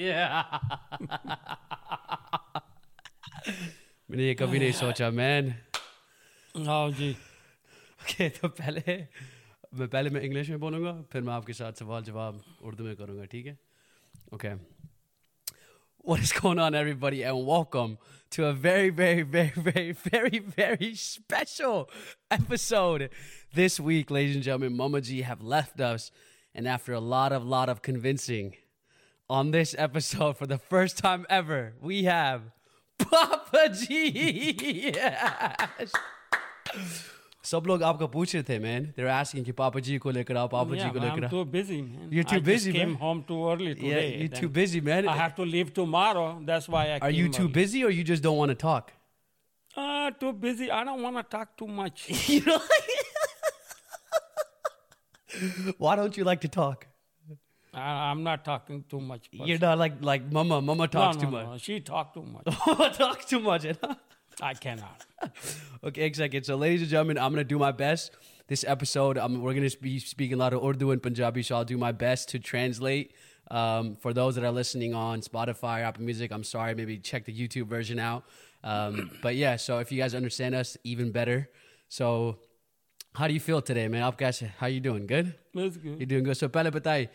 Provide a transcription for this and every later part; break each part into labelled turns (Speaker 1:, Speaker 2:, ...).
Speaker 1: या
Speaker 2: मैंने ये कभी नहीं सोचा मैन
Speaker 1: आओ जी
Speaker 2: ओके तो पहले मैं पहले मैं इंग्लिश में बोलूँगा फिर मैं आपके साथ सवाल जवाब उर्दू में करूँगा ठीक है okay What is going on, everybody, and welcome to a very, very, very, very, very, very special episode this week, ladies and gentlemen. Mama G have left us, and after a lot of, lot of convincing, on this episode for the first time ever, we have Papa G. Yes. सब लोग आपको पूछ रहे थे man they are asking कि पापा जी को लेकर आओ पापा जी
Speaker 1: Yeah,
Speaker 2: को
Speaker 1: but
Speaker 2: लेकर
Speaker 1: I'm
Speaker 2: आओ
Speaker 1: too busy, man.
Speaker 2: You're too
Speaker 1: I just
Speaker 2: busy,
Speaker 1: came
Speaker 2: man.
Speaker 1: home too early today.
Speaker 2: yeah you're
Speaker 1: then
Speaker 2: too busy man
Speaker 1: I have to leave tomorrow. That's why I.
Speaker 2: are you too busy or you just don't want to talk
Speaker 1: Uh, too busy. I don't want to talk too much.
Speaker 2: you know why don't you like to talk
Speaker 1: I, I'm not talking too much. but-
Speaker 2: you're not like like mama mama
Speaker 1: No,
Speaker 2: talks
Speaker 1: no,
Speaker 2: too much
Speaker 1: no, She talked too much.
Speaker 2: mama talks too much you know?
Speaker 1: I cannot.
Speaker 2: okay, exactly. So, ladies and gentlemen, I'm gonna do my best. This episode, um, we're gonna be speaking a lot of Urdu and Punjabi, so I'll do my best to translate. Um, for those that are listening on Spotify, Apple Music, I'm sorry, maybe check the YouTube version out. Um, but yeah, so if you guys understand us, even better. So, how do you feel today, man? Up, guys, how you doing? Good.
Speaker 1: That's good.
Speaker 2: You're doing good. So, पहले बताइए,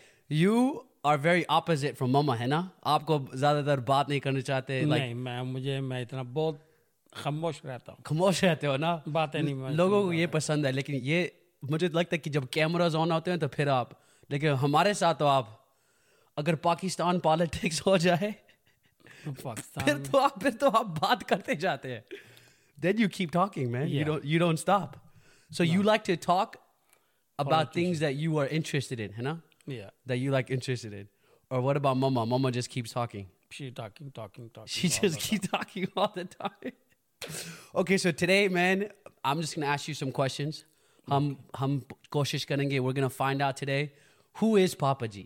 Speaker 2: you are very opposite from mama, है ना? आपको ज़्यादातर बात नहीं करनी चाहते, like
Speaker 1: नहीं मैं मुझे मैं इतना बहुत खामोश रहता हूँ
Speaker 2: खामोश रहते हो ना?
Speaker 1: बातें नहीं मैं
Speaker 2: लोगों को ये पसंद है लेकिन ये मुझे लगता है कि जब कैमराज ऑन होते हैं तो फिर आप लेकिन हमारे साथ तो आप अगर पाकिस्तान पॉलिटिक्स हो जाए
Speaker 1: पाकिस्तान
Speaker 2: फिर तो आप फिर तो आप बात करते जाते हैं then you keep talking man you
Speaker 1: Yeah.
Speaker 2: Don't you don't stop so you like to talk about things that you are interested in है ना
Speaker 1: yeah
Speaker 2: that you like interested in और what about mama mama just keeps talking
Speaker 1: she talking talking talking
Speaker 2: She just keep talking all the time. okay, so today, man, I'm just gonna ask you some questions. हम हम कोशिश करेंगे. We're gonna find out today who is Papa G.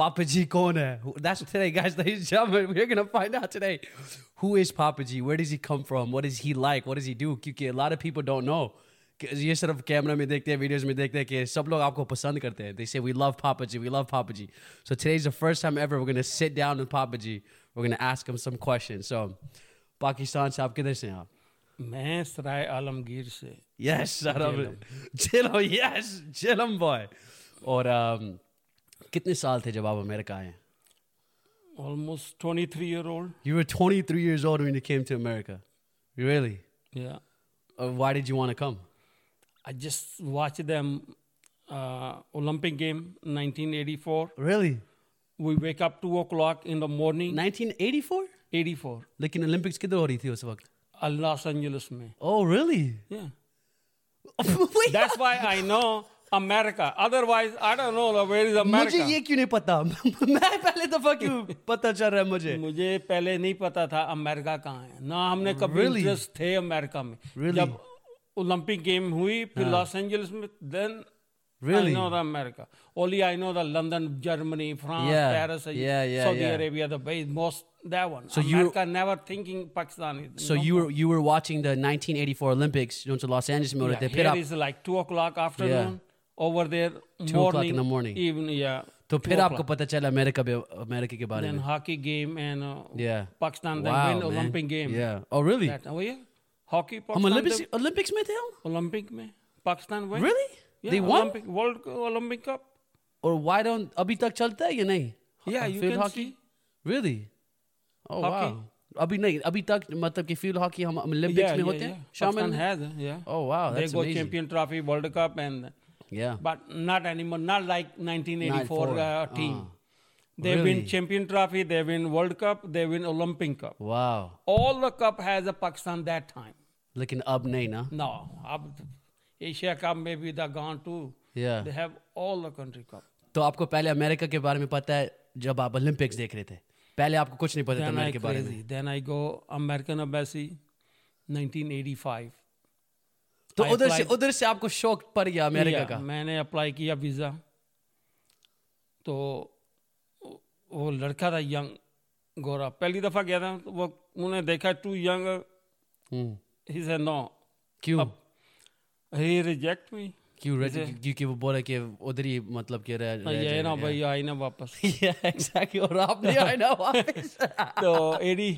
Speaker 2: Papa G कौन है? Who- That's today, guys. Ladies and gentlemen, we're gonna find out today who is Papa G. Where does he come from? What is he like? What does he do? क्योंकि a lot of people don't know. ये सिर्फ camera में देखते हैं videos में देखते हैं कि सब लोग आपको पसंद करते हैं they say we love Papa G we love Papa G so today's the first time ever we're going to sit down with Papa G we're going to ask him some questions so Pakistan से आप किधर से हैं आप
Speaker 1: मैं सराय आलमगीर से
Speaker 2: yes Saram chillum yes chillum boy और um, कितने साल थे जब आप अमेरिका आए
Speaker 1: almost 23 three year old
Speaker 2: you were 23 years old when you came to America really
Speaker 1: Yeah.
Speaker 2: Uh, why did you want to come
Speaker 1: I just watched them uh, Olympic game 1984.
Speaker 2: really
Speaker 1: We wake up two o'clock in the morning.
Speaker 2: 1984
Speaker 1: 84.
Speaker 2: लेकिन Olympics किधर हो रही थी उस वक्त
Speaker 1: Uh, Los Angeles में.
Speaker 2: oh really
Speaker 1: Yeah.
Speaker 2: Wait,
Speaker 1: That's why I know America. Otherwise, I don't know where is
Speaker 2: मुझे
Speaker 1: America.
Speaker 2: ये क्यों नहीं पता मैं पहले दफा क्यों पता चल रहा है मुझे
Speaker 1: मुझे पहले नहीं पता था अमेरिका कहाँ है ना हमने कभी
Speaker 2: Really?
Speaker 1: इंटरेस्ट थे अमेरिका में
Speaker 2: Really? हाँ।
Speaker 1: जब ओलंपिक गेम हुई फिर लॉस एंजलिस में then
Speaker 2: Really?
Speaker 1: I know the America. Only I know the London, Germany, France,
Speaker 2: Yeah,
Speaker 1: Paris, uh,
Speaker 2: yeah, yeah,
Speaker 1: Saudi
Speaker 2: yeah.
Speaker 1: Arabia, the base, most that one.
Speaker 2: So you-
Speaker 1: America never thinking Pakistan is.
Speaker 2: So you were you were watching the 1984 Olympics जो उनसे loss Angeles में हो रहे थे
Speaker 1: yeah,
Speaker 2: फिर
Speaker 1: here
Speaker 2: आप
Speaker 1: is like two o'clock afternoon. Over there, morning,
Speaker 2: o'clock in the morning.
Speaker 1: even yeah.
Speaker 2: तो
Speaker 1: two
Speaker 2: फिर
Speaker 1: o'clock.
Speaker 2: आपको पता चला अमेरिका बे- अमेरिका के बारे
Speaker 1: then
Speaker 2: में
Speaker 1: hockey game and uh,
Speaker 2: Yeah.
Speaker 1: Pakistan
Speaker 2: Wow,
Speaker 1: then win
Speaker 2: man.
Speaker 1: Olympic game.
Speaker 2: Yeah. Oh really?
Speaker 1: That, oh yeah, hockey.
Speaker 2: हम
Speaker 1: Pakistan,
Speaker 2: Olympics Olympics में थे हम?
Speaker 1: they- Olympic में Pakistan win.
Speaker 2: Really?
Speaker 1: Yeah,
Speaker 2: They won?
Speaker 1: Olympic, World Olympic Cup.
Speaker 2: Or why don't अभी तक चलता है या नहीं?
Speaker 1: Yeah,
Speaker 2: Uh,
Speaker 1: you
Speaker 2: field
Speaker 1: can
Speaker 2: hockey?
Speaker 1: see.
Speaker 2: Really? Oh
Speaker 1: Hockey.
Speaker 2: wow. अभी नहीं अभी तक मतलब कि फील्ड हॉकी हम ओलंपिक्स
Speaker 1: Yeah,
Speaker 2: में
Speaker 1: yeah,
Speaker 2: होते
Speaker 1: yeah.
Speaker 2: हैं शामिल
Speaker 1: Pakistan has uh, yeah.
Speaker 2: Oh wow,
Speaker 1: they
Speaker 2: that's
Speaker 1: go
Speaker 2: amazing.
Speaker 1: champion trophy, World Cup, and
Speaker 2: Yeah.
Speaker 1: but not anymore. Not like 1984 uh,
Speaker 2: 94,
Speaker 1: team.
Speaker 2: ah.
Speaker 1: they
Speaker 2: Really?
Speaker 1: win champion trophy. They win World Cup. They win Olympic Cup.
Speaker 2: Wow.
Speaker 1: All the cup has a Pakistan that time.
Speaker 2: लेकिन अब नहीं ना?
Speaker 1: No, अब Asia Cup maybe they gone too.
Speaker 2: Yeah.
Speaker 1: They have all the country cup.
Speaker 2: तो आपको पहले America के बारे में पता है जब आप ओलंपिक्स देख रहे थे पहले आपको कुछ नहीं पता था
Speaker 1: Then I
Speaker 2: अमेरिका के बारे में
Speaker 1: crazy. Then I go American Embassy, 1985.
Speaker 2: तो
Speaker 1: I
Speaker 2: उधर से
Speaker 1: applied-
Speaker 2: उधर से आपको शौक पड़ गया अमेरिका
Speaker 1: Yeah,
Speaker 2: का
Speaker 1: मैंने अप्लाई किया वीज़ा तो वो- वो लड़का था यंग गोरा पहली दफ़ा गया था तो वो उन्हें देखा टू यंग
Speaker 2: हम्म,
Speaker 1: ही से नो
Speaker 2: क्यों
Speaker 1: ही रिजेक्ट मी
Speaker 2: क्यों रेड
Speaker 1: जैसे-
Speaker 2: क्योंकि वो बोला कि उधर ही मतलब कि रह रह
Speaker 1: ये ना
Speaker 2: जाएगा,
Speaker 1: भाई आई ना वापस
Speaker 2: yeah. Yeah, exactly. और आप नहीं आए ना वापस
Speaker 1: तो एडी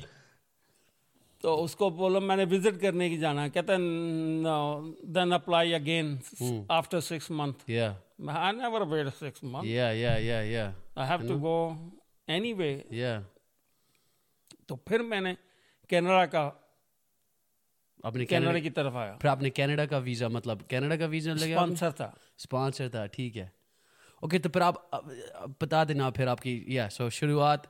Speaker 1: तो उसको बोला मैंने विजिट करने की जाना कहता no then apply again
Speaker 2: Hmm.
Speaker 1: After six month
Speaker 2: yeah
Speaker 1: I never wait six month
Speaker 2: yeah yeah yeah yeah Hmm.
Speaker 1: I have to go anyway
Speaker 2: yeah
Speaker 1: तो फिर मैंने कनाडा का
Speaker 2: आपने
Speaker 1: कनाडा
Speaker 2: कनाडा
Speaker 1: की तरफ आया
Speaker 2: फिर आपने कनाडा का वीजा मतलब कनाडा का वीजा लगा आपने?
Speaker 1: स्पॉन्सर था
Speaker 2: स्पॉन्सर था ठीक है ओके तो फिर आप अब- अब बता देना फिर आपकी या सो शुरुआत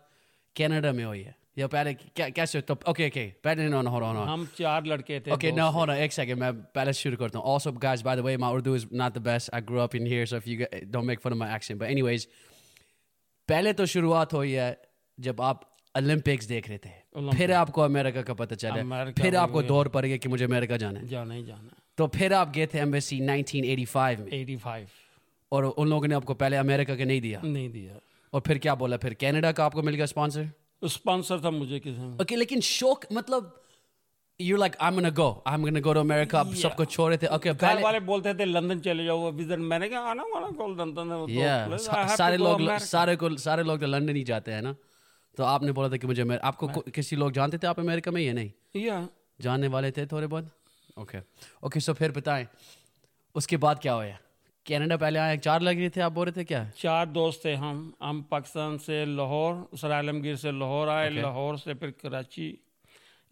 Speaker 2: कनाडा में हुई है या पहले क्या कैसे तो ओके ओके पहले नो नो नो
Speaker 1: हम चार लड़के थे
Speaker 2: Okay, now hold on. One second, man. Palace shooter curtain. Also, guys, by the way, my Urdu is not the best. I grew up in here, so if you g- don't make fun of my accent. But anyways, पहले तो शुरुआत हुई है जब आप Olympics देख रहे थे
Speaker 1: Olympics.
Speaker 2: फिर आपको अमेरिका का पता चला
Speaker 1: America
Speaker 2: फिर
Speaker 1: भी
Speaker 2: आपको दौर पड़ गया कि मुझे अमेरिका जाना है
Speaker 1: जाना ही जाना
Speaker 2: तो फिर आप गए थे एम्बेसी 1985 में
Speaker 1: एटी फाइव
Speaker 2: और उन लोगों ने आपको पहले अमेरिका का नहीं दिया
Speaker 1: नहीं दिया
Speaker 2: और फिर क्या बोला फिर कनाडा का आपको मिल गया स्पॉन्सर
Speaker 1: स्पॉन्सर था मुझे किसी ने
Speaker 2: ओके लेकिन शौक मतलब you like I am gonna go I am gonna go to America आप सबको छोड़ रहे थे ओके
Speaker 1: घर वाले बोलते थे लंदन चले जाओ विजिट मैंने कहा आना वाला कॉल लंदन है वो तो
Speaker 2: Yeah,
Speaker 1: please, I
Speaker 2: सा-
Speaker 1: have
Speaker 2: सारे
Speaker 1: to go
Speaker 2: लोग
Speaker 1: America."
Speaker 2: सारे को सारे लोग तो लंदन ही जाते हैं ना तो आपने बोला था कि मुझे अमेर- आपको को- किसी लोग जानते थे आप अमेरिका में या नहीं
Speaker 1: Yeah.
Speaker 2: जानने वाले थे थोड़े बहुत ओके ओके सो फिर बताएं उसके बाद क्या हुआ कनाडा पहले आए चार लग रहे थे आप बोल रहे थे क्या
Speaker 1: चार दोस्त थे हम हम पाकिस्तान से लाहौर सर आलमगीर से लाहौर आए लाहौर से फिर कराची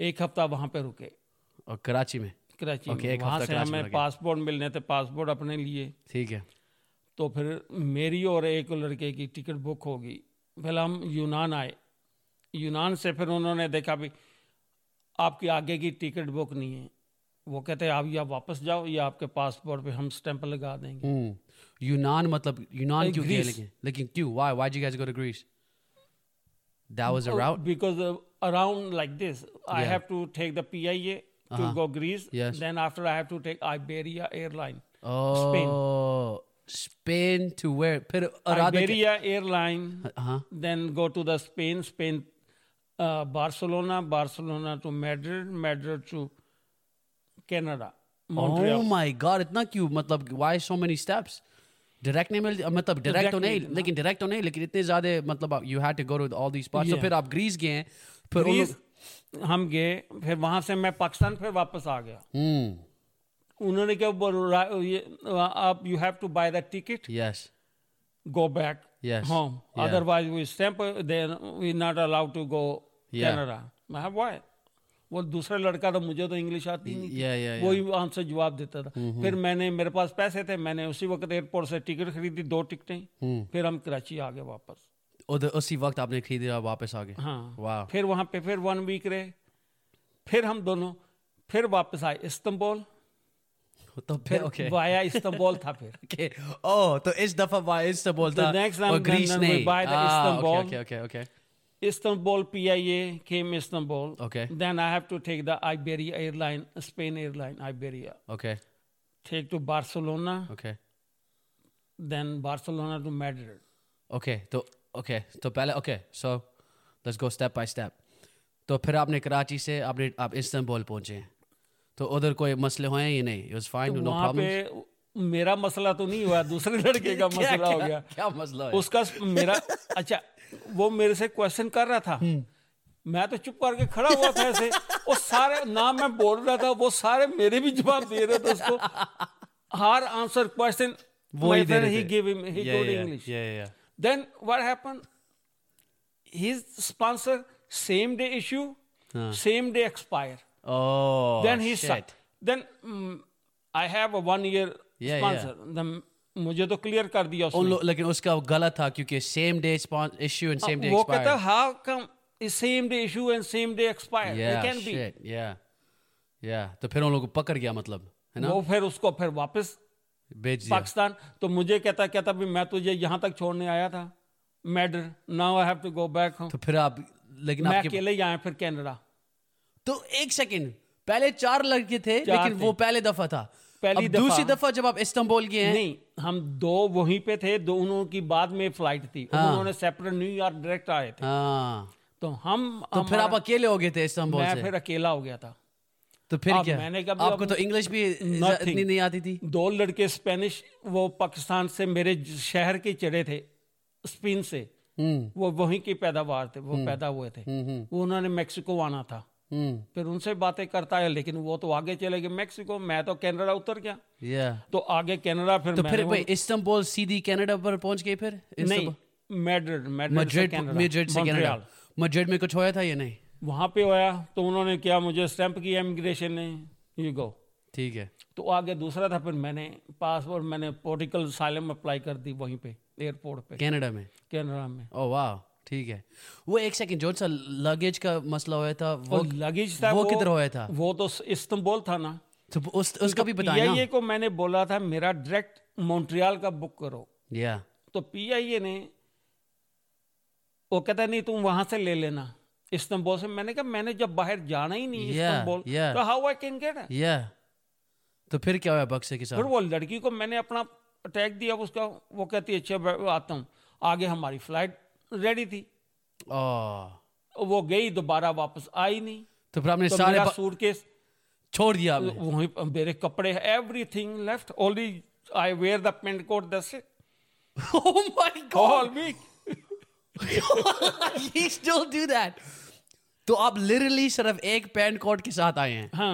Speaker 1: एक हफ्ता वहाँ पे रुके
Speaker 2: और कराची में
Speaker 1: कराची
Speaker 2: Okay,
Speaker 1: में।
Speaker 2: एक
Speaker 1: वहाँ
Speaker 2: हफ्ता
Speaker 1: से
Speaker 2: कराची में
Speaker 1: हमें
Speaker 2: रुके।
Speaker 1: पासपोर्ट मिलने थे पासपोर्ट अपने लिए
Speaker 2: ठीक है
Speaker 1: तो फिर मेरी और एक लड़के की टिकट बुक होगी पहले हम यूनान आए यूनान से फिर उन्होंने देखा भी आपकी आगे की टिकट बुक नहीं है वो कहते हैं आप या वापस जाओ या आपके पासपोर्ट पे हम स्टैंप लगा देंगे
Speaker 2: हम्म, यूनान मतलब यूनान
Speaker 1: अरे,
Speaker 2: क्यों गए
Speaker 1: ग्रीस।
Speaker 2: लेकिन लेकिन क्यों why why you guys go to Greece that was a route
Speaker 1: because uh, around like this,
Speaker 2: Yeah.
Speaker 1: I
Speaker 2: Uh-huh.
Speaker 1: have to take the PIA to go Greece.
Speaker 2: Yes.
Speaker 1: Then after I have to take Iberia airline.
Speaker 2: Oh Spain to where फिर अरादा के-
Speaker 1: Iberia airline.
Speaker 2: हाँ
Speaker 1: Then go to the Spain. Spain, uh, Barcelona. Barcelona to Madrid. Madrid to Canada.
Speaker 2: Oh
Speaker 1: Montreal.
Speaker 2: my god, इतना क्यों मतलब why so many steps? Direct नहीं मिलती मतलब डायरेक्ट तो
Speaker 1: Direct
Speaker 2: नहीं
Speaker 1: नहीं,
Speaker 2: लेकिन डायरेक्ट तो नहीं लेकिन इतने ज्यादा मतलब you had to go to all these parts तो
Speaker 1: Yeah.
Speaker 2: फिर आप ग्रीस गए हैं, फिर उन
Speaker 1: ग्रीस
Speaker 2: लोग-
Speaker 1: हम गए फिर वहां से मैं पाकिस्तान फिर वापस आ गया
Speaker 2: हम्म
Speaker 1: उन्होंने क्या बोला ये, आप you have to buy the ticket
Speaker 2: yes
Speaker 1: go back
Speaker 2: Yes.
Speaker 1: home.
Speaker 2: Yeah.
Speaker 1: Otherwise, we stamp, uh, then we're not allowed to go
Speaker 2: Yeah.
Speaker 1: Canada. मैं कहा, why? वो दूसरा लड़का था मुझे तो इंग्लिश आती नहीं थी
Speaker 2: या या
Speaker 1: वो ही आंसर जवाब देता था
Speaker 2: हम्म,
Speaker 1: फिर मैंने मेरे पास पैसे थे मैंने उसी वक्त एयरपोर्ट से टिकट खरीदी दो टिकटें फिर हम कराची आ गए वापस
Speaker 2: उधर उसी वक्त आपने खरीदे और वापस आ गए
Speaker 1: हाँ
Speaker 2: वाह
Speaker 1: फिर वहाँ पे फिर वन वीक रहे फिर हम दोनों फिर वापस आए इस्तंबुल
Speaker 2: तो
Speaker 1: फिर
Speaker 2: फिर ओके
Speaker 1: वाया इस्तंबुल था फिर
Speaker 2: ओके ओ तो इस दफा वाई इस बोलता
Speaker 1: The next
Speaker 2: और
Speaker 1: time
Speaker 2: ग्रीस
Speaker 1: then we
Speaker 2: नहीं Ah,
Speaker 1: buy the Istanbul.
Speaker 2: Okay okay okay
Speaker 1: Istanbul PIA came Istanbul.
Speaker 2: Okay.
Speaker 1: Then I have to take the Iberia airline, Spain airline, Iberia.
Speaker 2: Okay
Speaker 1: Take to Barcelona,
Speaker 2: okay
Speaker 1: then Barcelona to Madrid.
Speaker 2: Okay तो okay तो पहले okay so let's go step by step तो फिर आपने कराची से आपने आप Istanbul पहुंचे हैं तो उधर कोई मसले हुए हैं या नहीं इट वाज फाइन नो
Speaker 1: तो वहाँ पे
Speaker 2: प्रॉब्लम
Speaker 1: मेरा मसला तो नहीं हुआ दूसरे लड़के का मसला हो गया
Speaker 2: क्या मसला है
Speaker 1: उसका स- मेरा अच्छा वो मेरे से क्वेश्चन कर रहा था
Speaker 2: हम्म।
Speaker 1: मैं तो चुप करके खड़ा हुआ था ऐसे वो सारे ना मैं बोल रहा था वो सारे मेरे भी जवाब दे रहे थे उसको हर आंसर क्वेश्चन
Speaker 2: वो ही दे रहे
Speaker 1: ही
Speaker 2: थे।
Speaker 1: Give him he told English
Speaker 2: yeah yeah
Speaker 1: Then what happened? His sponsor, same day issue, same day expire.
Speaker 2: Oh
Speaker 1: then he
Speaker 2: Oh, shit.
Speaker 1: sucked. Then mm, I have a one year
Speaker 2: Yeah,
Speaker 1: sponsor. Then मुझे तो clear कर दिया
Speaker 2: उन
Speaker 1: उसने
Speaker 2: लोग Oh, लेकिन उसका गलत था क्योंकि same day issue and same day
Speaker 1: हाँ, वो कहता
Speaker 2: expire
Speaker 1: how come same day issue and same day expire
Speaker 2: yeah
Speaker 1: it can be
Speaker 2: shit yeah या तो फिर उन लोगों को पकड़ गया मतलब है ना
Speaker 1: वो फिर उसको फिर वापस
Speaker 2: भेज दिया
Speaker 1: पाकिस्तान तो मुझे कहता कहता भी मैं तुझे यहाँ तक छोड़ने आया था मैडर now I have to go back home
Speaker 2: तो फिर आप लेकिन
Speaker 1: मैं
Speaker 2: आपके
Speaker 1: अकेले ही आया फिर कनाडा
Speaker 2: तो एक सेकंड पहले चार लड़के थे
Speaker 1: चार
Speaker 2: लेकिन
Speaker 1: थे।
Speaker 2: वो पहले दफा था
Speaker 1: पहली
Speaker 2: अब
Speaker 1: दफा।
Speaker 2: दूसरी दफा जब आप इस्तांबुल गए हैं
Speaker 1: नहीं हम दो वहीं पे थे दोनों की बाद में फ्लाइट थी उन्होंने सेपरेट न्यूयॉर्क डायरेक्ट आए थे
Speaker 2: हाँ
Speaker 1: तो हम
Speaker 2: तो फिर
Speaker 1: हमारा-
Speaker 2: आप अकेले हो गए थे इस्तांबुल
Speaker 1: मैं
Speaker 2: से
Speaker 1: फिर अकेला हो गया था
Speaker 2: तो फिर
Speaker 1: अब
Speaker 2: क्या
Speaker 1: मैंने कहा भी
Speaker 2: आपको
Speaker 1: अब
Speaker 2: तो इंग्लिश भी
Speaker 1: nothing.
Speaker 2: इतनी नहीं आती थी
Speaker 1: दो लड़के स्पेनिश वो पाकिस्तान से मेरे ज- शहर के चढ़े थे स्पेन से
Speaker 2: हम्म
Speaker 1: वो वहीं की पैदावार थे वो पैदा हुए थे
Speaker 2: हम्म
Speaker 1: वो उन्होंने मेक्सिको आना था
Speaker 2: हम्म
Speaker 1: फिर उनसे बातें करता है लेकिन वो तो आगे चले गए मेक्सिको मैं तो कनाडा उतर गया
Speaker 2: या
Speaker 1: तो आगे कनाडा फिर
Speaker 2: तो
Speaker 1: मैंने
Speaker 2: फिर
Speaker 1: वो-
Speaker 2: भाई इस्तांबुल सीधी कनाडा पर पहुंच गई फिर
Speaker 1: नहीं मैड्रिड मैड्रिड से
Speaker 2: मैड्रिड मैड्रिड से
Speaker 1: कनाडा
Speaker 2: कनाडा
Speaker 1: मॉन्ट्रियल।
Speaker 2: मैड्रिड में कुछ होया था या नहीं
Speaker 1: वहाँ पे होया तो उन्होंने क्या मुझे स्टैंप किया इमिग्रेशन ने यू गो
Speaker 2: ठीक है
Speaker 1: तो आगे दूसरा था फिर मैंने पासपोर्ट मैंने पोलिटिकल साइलम अप्लाई कर दी वहीं पे एयरपोर्ट पे
Speaker 2: कनाडा में
Speaker 1: कनाडा में
Speaker 2: ओ वाह ठीक है वो एक सेकंड जो सा लगेज का मसला होया था वो
Speaker 1: और लगेज था
Speaker 2: वो किधर होया था?
Speaker 1: वो तो इस्तंबुल था ना
Speaker 2: तो उस उसका भी बताया
Speaker 1: पीआईए को मैंने बोला था मेरा डायरेक्ट मॉन्ट्रियल का बुक करो
Speaker 2: या
Speaker 1: तो पीआईए ने वो कहता नहीं तुम वहां से ले लेना इस्तंबुल से मैंने कहा मैंने जब बाहर जाना ही नहीं
Speaker 2: Yeah,
Speaker 1: इस्तंबुल
Speaker 2: yeah.
Speaker 1: तो हाउ आई कैन गेट
Speaker 2: या तो फिर क्या होया बक्से के
Speaker 1: फिर
Speaker 2: साथ
Speaker 1: वो लड़की को मैंने अपना अटैक दिया उसका वो कहती है, अच्छा मैं आता हूँ आगे हमारी फ्लाइट रेडी थी
Speaker 2: ओ
Speaker 1: वो गई दोबारा वापस आई नहीं
Speaker 2: Oh. तो फिर आपने
Speaker 1: तो
Speaker 2: सारे
Speaker 1: मेरा
Speaker 2: बा-
Speaker 1: सूटकेस
Speaker 2: छोड़ दिया आपने
Speaker 1: वहीं पर मेरे कपड़े everything left only I wear the pant coat that's it
Speaker 2: oh my
Speaker 1: all week
Speaker 2: God you still do that तो आप लिटरली सिर्फ एक पैंट कोट के साथ आए हैं
Speaker 1: हां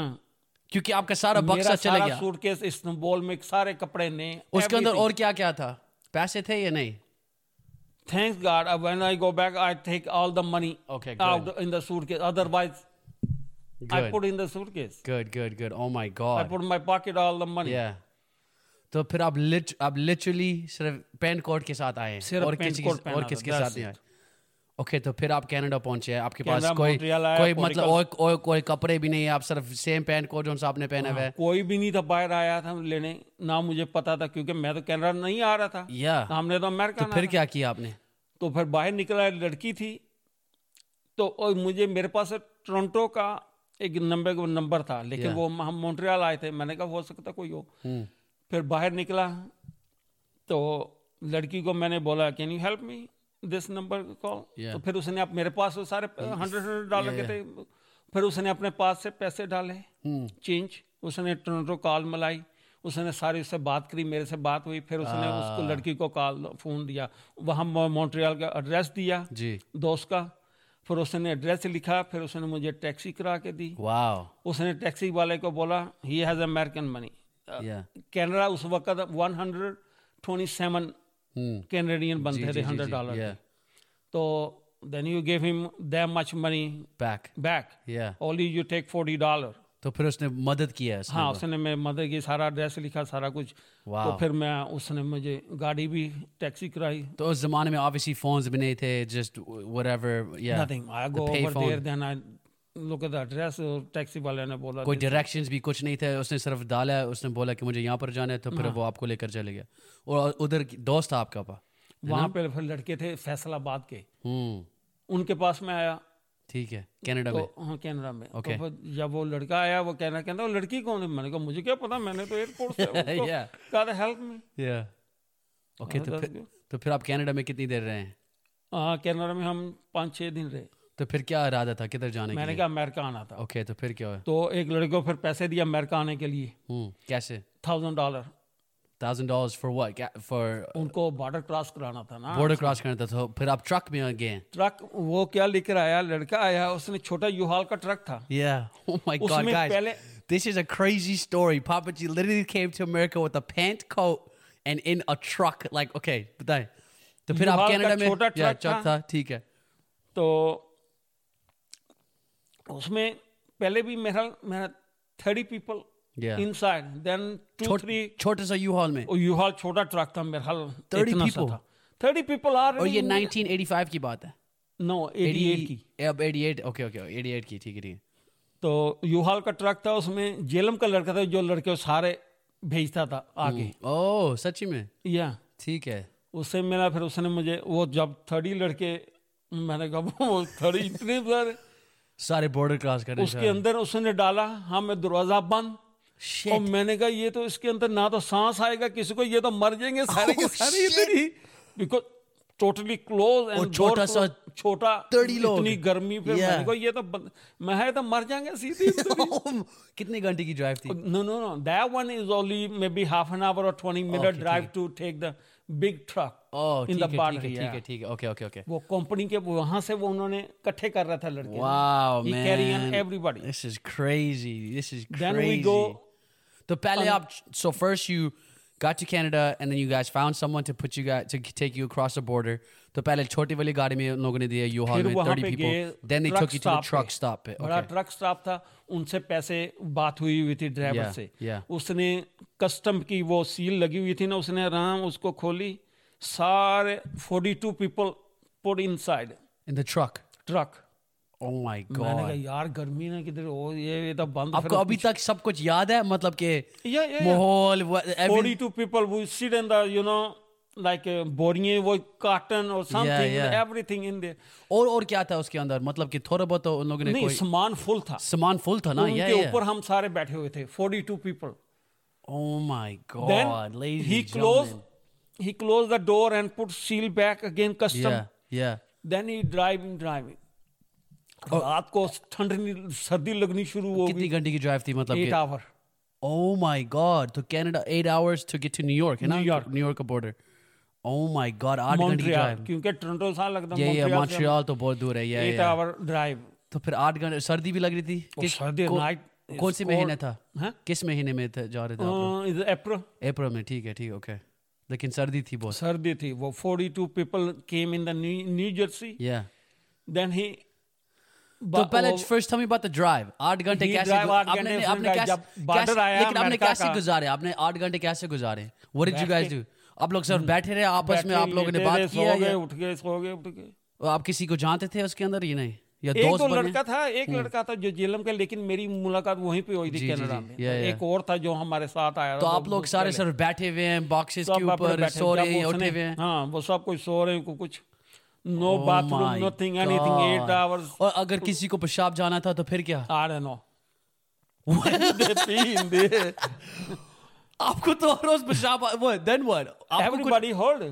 Speaker 2: क्योंकि आपका सारा
Speaker 1: हाँ, मेरा
Speaker 2: बक्सा चला
Speaker 1: सारा
Speaker 2: गया
Speaker 1: सूटकेस इस्तांबुल में सारे कपड़े ने
Speaker 2: उसके अंदर और क्या क्या था पैसे थे या नहीं
Speaker 1: thanks God when I go back I take all the money
Speaker 2: Okay, good.
Speaker 1: Out in the suitcase otherwise I
Speaker 2: good
Speaker 1: put in the suitcase
Speaker 2: good good good oh my
Speaker 1: I
Speaker 2: God
Speaker 1: put my pocket all the money
Speaker 2: yeah तो फिर आप lit आप literally सिर्फ pant coat के साथ आए हैं,
Speaker 1: सिर्फ
Speaker 2: और
Speaker 1: पैंट
Speaker 2: किसी
Speaker 1: कोट
Speaker 2: के और
Speaker 1: पहना
Speaker 2: किसके
Speaker 1: था,
Speaker 2: साथ
Speaker 1: that's
Speaker 2: नहीं आए ओके तो फिर आप कनाडा पहुंचे हैं, आपके पास
Speaker 1: कनाडा,
Speaker 2: कोई
Speaker 1: मॉन्ट्रियल आया,
Speaker 2: कोई
Speaker 1: पोर्टिकल-
Speaker 2: मतलब और, और कोई कपड़े भी नहीं है आप सिर्फ सेम पैंट कोट जो सा आपने पहना हुआ है
Speaker 1: कोई भी नहीं था बाहर आया था लेने ना मुझे पता था क्योंकि मैं तो कनाडा नहीं आ रहा था
Speaker 2: या
Speaker 1: हमने तो अमेरिका
Speaker 2: फिर क्या किया आपने
Speaker 1: तो फिर बाहर निकला लड़की थी तो और मुझे मेरे पास टोरंटो का एक नंबर नंबर था लेकिन
Speaker 2: Yeah.
Speaker 1: वो हम- हम मॉन्ट्रियल आए थे मैंने कहा हो सकता कोई हो
Speaker 2: हम्म,
Speaker 1: फिर बाहर निकला तो लड़की को मैंने बोला can you help me this number call
Speaker 2: Yeah.
Speaker 1: तो फिर उसने आप मेरे पास वो सारे हंड्रेड हंड्रेड डॉलर के थे फिर उसने अपने पास से पैसे डाले
Speaker 2: हम्म।
Speaker 1: चेंज उसने टोरंटो कॉल मलाई उसने सारी उससे बात करी मेरे से बात हुई फिर उसने उसको लड़की को कॉल फोन दिया वहाँ मॉ- मॉन्ट्रियल का एड्रेस दिया
Speaker 2: जी
Speaker 1: दोस्त का फिर उसने एड्रेस लिखा फिर उसने मुझे टैक्सी करा के दी
Speaker 2: वाओ
Speaker 1: उसने टैक्सी वाले को बोला ही हैज़ अमेरिकन मनी
Speaker 2: या
Speaker 1: कैनेडा उस वक्त one hundred twenty seven
Speaker 2: hmm,
Speaker 1: Canadian बनते थे हंड्रेड डॉलर
Speaker 2: yeah.
Speaker 1: तो then you gave him that much money
Speaker 2: back
Speaker 1: back
Speaker 2: या
Speaker 1: only you take forty dollar
Speaker 2: तो फिर उसने मदद किया उसने
Speaker 1: हाँ उसने मेरे मदर की सारा एड्रेस लिखा सारा कुछ तो
Speaker 2: वाओ
Speaker 1: फिर मैं उसने मुझे गाड़ी भी टैक्सी कराई
Speaker 2: तो उस जमाने में ऑब्वियसली फोन्स भी नहीं थे जस्ट व्हाटएवर या
Speaker 1: nothing I go
Speaker 2: pay
Speaker 1: over
Speaker 2: phone.
Speaker 1: There then I look at the address taxi वाले ने बोला
Speaker 2: कोई डायरेक्शंस भी कुछ नहीं थे उसने सिर्फ डाला उसने बोला कि मुझे यहाँ पर जाना है तो फिर वो आपको लेकर चले गया और उधर की- दोस्त था आपका पा
Speaker 1: वहाँ पे फिर लड़के थे फैसलाबाद के
Speaker 2: हम्म
Speaker 1: उनके पास मैं आया
Speaker 2: ठीक है कनाडा में
Speaker 1: तो हाँ कनाडा में तो
Speaker 2: Okay.
Speaker 1: फिर जब वो लड़का आया वो कहना कहता वो लड़की कौन है मैंने कहा मुझे क्या पता मैंने तो एयरपोर्ट से उसको
Speaker 2: Yeah.
Speaker 1: कहा हेल्प मी
Speaker 2: या ओके तो
Speaker 1: हाँ,
Speaker 2: फिर तो फिर आप कनाडा में कितनी देर रहे हैं
Speaker 1: हाँ कनाडा में हम पाँच छः दिन रहे
Speaker 2: तो फिर क्या इरादा था किधर जाने का
Speaker 1: मैंने कहा अमेरिका आना था
Speaker 2: ओके तो फिर क्या हुआ
Speaker 1: तो एक लड़के को फिर पैसे दिया अमेरिका आने के लिए
Speaker 2: हम्म कैसे
Speaker 1: thousand dollar
Speaker 2: thousand dollars for what for
Speaker 1: उनको बॉर्डर क्रॉस कराना था ना
Speaker 2: बॉर्डर क्रॉस करना था तो फिर आप ट्रक में गए हैं
Speaker 1: ट्रक वो क्या लेकर आया लड़का आया उसने छोटा यूहाल का ट्रक था
Speaker 2: Yeah. Oh my God,
Speaker 1: उसमें
Speaker 2: guys.
Speaker 1: पहले-
Speaker 2: This is a crazy story. Papa G literally came to America with a pant coat and in a truck. Like, okay, बताएं. तो फिर आप
Speaker 1: युहाल का
Speaker 2: कनाडा में
Speaker 1: छोटा
Speaker 2: Yeah,
Speaker 1: truck
Speaker 2: truck था ठीक है
Speaker 1: तो उसमें पहले भी मेरा मेरा thirty people
Speaker 2: Yeah.
Speaker 1: Inside then two three
Speaker 2: छोटे सा यू हॉल में
Speaker 1: और यूहाल Oh, छोटा ट्रक था मेरा हाल
Speaker 2: 30
Speaker 1: इतना सा
Speaker 2: people.
Speaker 1: था थर्टी पीपल आर
Speaker 2: और ये 1985 की बात है
Speaker 1: नो एटी एट की
Speaker 2: अब 88 ओके ओके 88 की ठीक है ठीक है
Speaker 1: तो यूहाल का ट्रक था उसमें जेलम का लड़का था जो लड़के वो सारे भेजता था आगे
Speaker 2: ओह सच्ची में
Speaker 1: या
Speaker 2: ठीक है
Speaker 1: उससे मिला फिर उसने मुझे वो जब थर्टी लड़के मैंने कहा वो थर्टी इतने सारे
Speaker 2: सारे बॉर्डर क्रॉस करने
Speaker 1: उसके अंदर उसने डाला हमें दरवाजा बंद और मैंने कहा ये तो इसके अंदर ना तो सांस आएगा किसी को ये तो मर जाएंगे सारे के
Speaker 2: Oh,
Speaker 1: सारे इधर ही बिकॉज टोटली क्लोज
Speaker 2: और छोटा सा
Speaker 1: छोटा
Speaker 2: 30 लोग।
Speaker 1: इतनी गर्मी पे
Speaker 2: Yeah.
Speaker 1: मैंने कहा, ये तो बंद- मैं है तो मर जाएंगे सीधी
Speaker 2: कितने घंटे की ड्राइव थी
Speaker 1: No, no, no. That one is only maybe half an hour or 20 minute
Speaker 2: Okay,
Speaker 1: drive to take the big truck
Speaker 2: oh
Speaker 1: Oh, in
Speaker 2: ठीक है
Speaker 1: the
Speaker 2: ठीक
Speaker 1: barter.
Speaker 2: है ठीक है
Speaker 1: Yeah.
Speaker 2: ठीक है ओके ओके ओके
Speaker 1: वो कंपनी के वहां से वो उन्होंने इकट्ठे कर रहा था लड़के
Speaker 2: Wow,
Speaker 1: He
Speaker 2: man.
Speaker 1: carry on everybody.
Speaker 2: This is crazy. This is crazy.
Speaker 1: Then we go-
Speaker 2: The Palais So first you got to Canada, and then you guys found someone to put you guys to take you across the border. तो पहले छोटी वाली गाड़ी में उन लोगों ने दिया U-Haul
Speaker 1: फिर
Speaker 2: में
Speaker 1: वहां
Speaker 2: 30
Speaker 1: पे
Speaker 2: people.
Speaker 1: गए
Speaker 2: Then they
Speaker 1: truck
Speaker 2: took you to the
Speaker 1: stop पे।
Speaker 2: truck stop पे.
Speaker 1: बड़ा
Speaker 2: Okay.
Speaker 1: ट्रक स्टॉप था उनसे पैसे बात हुई हुई थी ड्राइवर
Speaker 2: Yeah,
Speaker 1: से
Speaker 2: yeah.
Speaker 1: उसने कस्टम की वो सील लगी हुई थी ना उसने आराम उसको खोली सारे 42 people put inside
Speaker 2: In the truck.
Speaker 1: Truck
Speaker 2: Oh my
Speaker 1: मैंने
Speaker 2: god.
Speaker 1: कहा यार गर्मी ना किधर हो ये ये तो बंद
Speaker 2: आपको अभी तक सब कुछ याद है मतलब के
Speaker 1: Yeah, yeah, yeah.
Speaker 2: माहौल what- every-
Speaker 1: 42 people who sit in the you know like uh, boring वो cotton or something with
Speaker 2: yeah.
Speaker 1: everything in there
Speaker 2: और और क्या था उसके अंदर मतलब कि थोड़ा बहुत तो उन लोगों ने
Speaker 1: नहीं
Speaker 2: कोई
Speaker 1: सामान फुल था
Speaker 2: सामान फुल था ना
Speaker 1: उनके
Speaker 2: yeah, yeah.
Speaker 1: ऊपर हम सारे बैठे हुए थे 42 people
Speaker 2: Oh my
Speaker 1: then
Speaker 2: god, ladies
Speaker 1: he
Speaker 2: and gentlemen.
Speaker 1: closed he closed the door and put seal back again custom
Speaker 2: Yeah, yeah. Oh.
Speaker 1: then he driving driving रात को ठंड सर्दी लगनी शुरू हो
Speaker 2: कितनी
Speaker 1: गई
Speaker 2: घंटे की ड्राइव थी मतलब
Speaker 1: एट
Speaker 2: कि
Speaker 1: hour
Speaker 2: Oh my god, to Canada 8 hours to get to New York, है ना?
Speaker 1: York.
Speaker 2: New York का border. Oh my god, 8 घंटे की
Speaker 1: मॉन्ट्रियल
Speaker 2: ड्राइव.
Speaker 1: क्योंकि टोरंटो सा लगता
Speaker 2: Yeah, yeah, Montreal तो बहुत दूर है. Yeah,
Speaker 1: eight
Speaker 2: yeah.
Speaker 1: Hour drive
Speaker 2: तो फिर 8 घंटे सर्दी भी लग रही थी.
Speaker 1: और सर्दी
Speaker 2: कौ-
Speaker 1: night is
Speaker 2: कौन से महीने
Speaker 1: cold.
Speaker 2: था?
Speaker 1: हाँ?
Speaker 2: किस महीने में था जा रहे थे आप
Speaker 1: Uh, अप्रैल
Speaker 2: लोग? अप्रैल में, ठीक है, ठीक है, okay. लेकिन सर्दी थी बहुत.
Speaker 1: सर्दी थी वो 42 people came in the New Jersey
Speaker 2: Yeah.
Speaker 1: Then he
Speaker 2: तो पहले first tell me about the drive. 8 घंटे
Speaker 1: He
Speaker 2: कैसे
Speaker 1: oh, drive
Speaker 2: गु-
Speaker 1: आठ
Speaker 2: आपने
Speaker 1: घंटे
Speaker 2: आपने
Speaker 1: full drive.
Speaker 2: कैसे
Speaker 1: जब border
Speaker 2: कैसे-
Speaker 1: आया
Speaker 2: लेकिन आपने
Speaker 1: अमेरिका
Speaker 2: कैसे
Speaker 1: का।
Speaker 2: गुजारे? आपने 8 घंटे कैसे गुजारे? What did you guys do? आप लोग
Speaker 1: Hmm.
Speaker 2: सर बैठे रहे आपस में आप लोगों ने बात किया
Speaker 1: गए
Speaker 2: या-
Speaker 1: उठ गए सो गए उठ गए
Speaker 2: और आप किसी को जानते थे उसके अंदर या नहीं या
Speaker 1: एक
Speaker 2: दोस्त
Speaker 1: तो
Speaker 2: बने
Speaker 1: लड़का था एक लड़का था जो जेलम का लेकिन मेरी मुलाकात वहीं पे हुई
Speaker 2: जी,
Speaker 1: थी
Speaker 2: जी,
Speaker 1: कनाडा
Speaker 2: जी,
Speaker 1: में
Speaker 2: yeah, yeah.
Speaker 1: एक और था जो हमारे साथ आया
Speaker 2: तो
Speaker 1: था,
Speaker 2: आप
Speaker 1: वो
Speaker 2: लोग
Speaker 1: उसके
Speaker 2: सारे
Speaker 1: लिए।
Speaker 2: सर बैठे हुए हैं बॉक्सेस
Speaker 1: तो
Speaker 2: के
Speaker 1: आप अपने
Speaker 2: ऊपर
Speaker 1: बैठे,
Speaker 2: सो
Speaker 1: जब
Speaker 2: रहे हैं
Speaker 1: उसने-
Speaker 2: उठे हुए हैं
Speaker 1: हाँ वो सब कोई सो रहे हैं को कुछ no
Speaker 2: Oh
Speaker 1: bathroom
Speaker 2: my
Speaker 1: nothing anything
Speaker 2: God.
Speaker 1: Eight hours
Speaker 2: और अगर किसी को पेशाब जाना था तो फिर क्या
Speaker 1: आर एन ओ दे पी इन
Speaker 2: आपको तो हर रोज पेशाब वो देन व्हाट आपको कुछ-
Speaker 1: everybody hold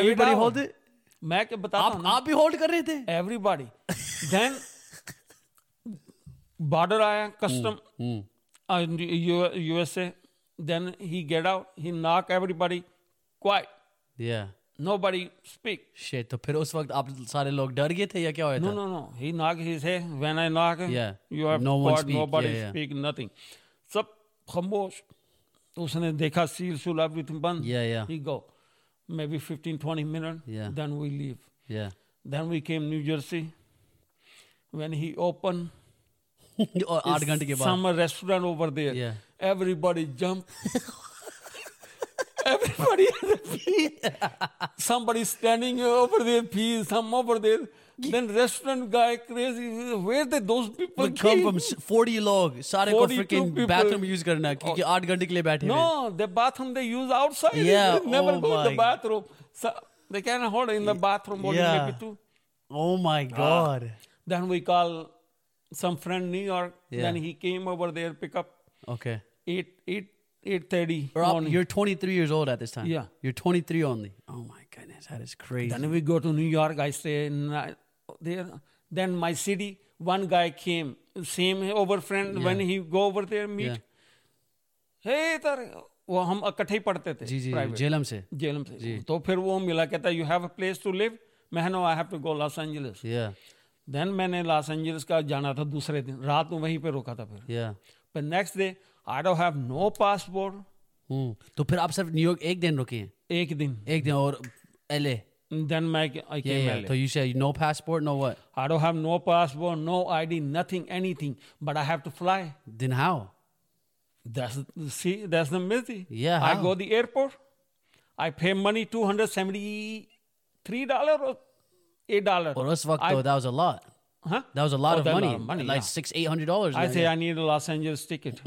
Speaker 2: everybody hold it?
Speaker 1: मैं क्या बताता
Speaker 2: आप
Speaker 1: हूँ
Speaker 2: आप भी होल्ड कर रहे थे
Speaker 1: एवरीबॉडी देन बॉर्डर आया
Speaker 2: Hmm.
Speaker 1: Hmm. Custom USA then he get out he knock everybody quiet
Speaker 2: yeah
Speaker 1: nobody speak
Speaker 2: shit तो फिर उस वक्त आप सारे लोग डर गए थे या क्या हुआ
Speaker 1: नो
Speaker 2: था
Speaker 1: no no he knock he से when I knock
Speaker 2: Yeah.
Speaker 1: You have
Speaker 2: No one
Speaker 1: nobody
Speaker 2: speak.
Speaker 1: Nobody
Speaker 2: Yeah, yeah.
Speaker 1: Speak nothing सब खामोश उसने देखा सील सुल एवरीथिंग बंद
Speaker 2: Yeah, yeah.
Speaker 1: He go maybe 15 20 minute
Speaker 2: Yeah.
Speaker 1: Then we leave
Speaker 2: yeah
Speaker 1: Then we came New Jersey. When he opened
Speaker 2: और आठ घंटे के बाद
Speaker 1: some restaurant over there,
Speaker 2: Yeah.
Speaker 1: everybody jumped. everybody had a pee. Somebody standing over there pee, some over there. Then restaurant guy crazy. Where did those people
Speaker 2: come
Speaker 1: came?
Speaker 2: From 40 लोग सारे को
Speaker 1: 42
Speaker 2: freaking
Speaker 1: people.
Speaker 2: Bathroom use करना क्योंकि आठ घंटे के लिए बैठे हुए हैं।
Speaker 1: No, the bathroom they use outside.
Speaker 2: Yeah,
Speaker 1: they never
Speaker 2: oh
Speaker 1: go to
Speaker 2: my-
Speaker 1: the bathroom. So they can hold in the bathroom only
Speaker 2: Yeah.
Speaker 1: maybe two.
Speaker 2: Oh my
Speaker 1: Ah.
Speaker 2: god.
Speaker 1: Then we call some friend New York.
Speaker 2: Yeah.
Speaker 1: Then he came over there, pick up
Speaker 2: Okay.
Speaker 1: eight eight eight thirty
Speaker 2: Or up-
Speaker 1: morning.
Speaker 2: you're 23 years old at this time.
Speaker 1: Yeah.
Speaker 2: You're 23 only. Oh my goodness, that is crazy.
Speaker 1: Then we go to New York. I stay in, uh, there. Then my city. One guy came, same over friend. When he go over there meet, hey तर वो हम इकट्ठे ही पढ़ते थे
Speaker 2: जी जी जी,
Speaker 1: private,
Speaker 2: Jhelum से.
Speaker 1: जेलम से तो फिर वो मिला कहता you have a place to live मैं no I have to go Los Angeles
Speaker 2: Yeah.
Speaker 1: देन मैंने लॉस एंजलिस का जाना था दूसरे दिन रात में वहीं पे रोका था फिर
Speaker 2: Yeah.
Speaker 1: पर next day I don't have no passport
Speaker 2: हम्म Hmm. तो फिर आप सिर्फ न्यूयॉर्क एक दिन रुके हैं
Speaker 1: एक दिन
Speaker 2: एक दिन और एलए
Speaker 1: देन मैं आई
Speaker 2: yeah, yeah. तो you said no passport no what
Speaker 1: I don't have no passport, no ID, nothing, anything. But I have to fly.
Speaker 2: then how
Speaker 1: That's see, that's the mystery.
Speaker 2: Yeah,
Speaker 1: I
Speaker 2: how?
Speaker 1: go the airport. I pay money two hundred seventy three dollar or eight dollar.
Speaker 2: और उस वक्त
Speaker 1: I-
Speaker 2: तो that was a lot
Speaker 1: Huh?
Speaker 2: that was a lot
Speaker 1: Oh,
Speaker 2: of
Speaker 1: that
Speaker 2: money,
Speaker 1: lot of money,
Speaker 2: like
Speaker 1: yeah.
Speaker 2: six eight hundred dollars
Speaker 1: I
Speaker 2: man.
Speaker 1: say I need a Los Angeles ticket.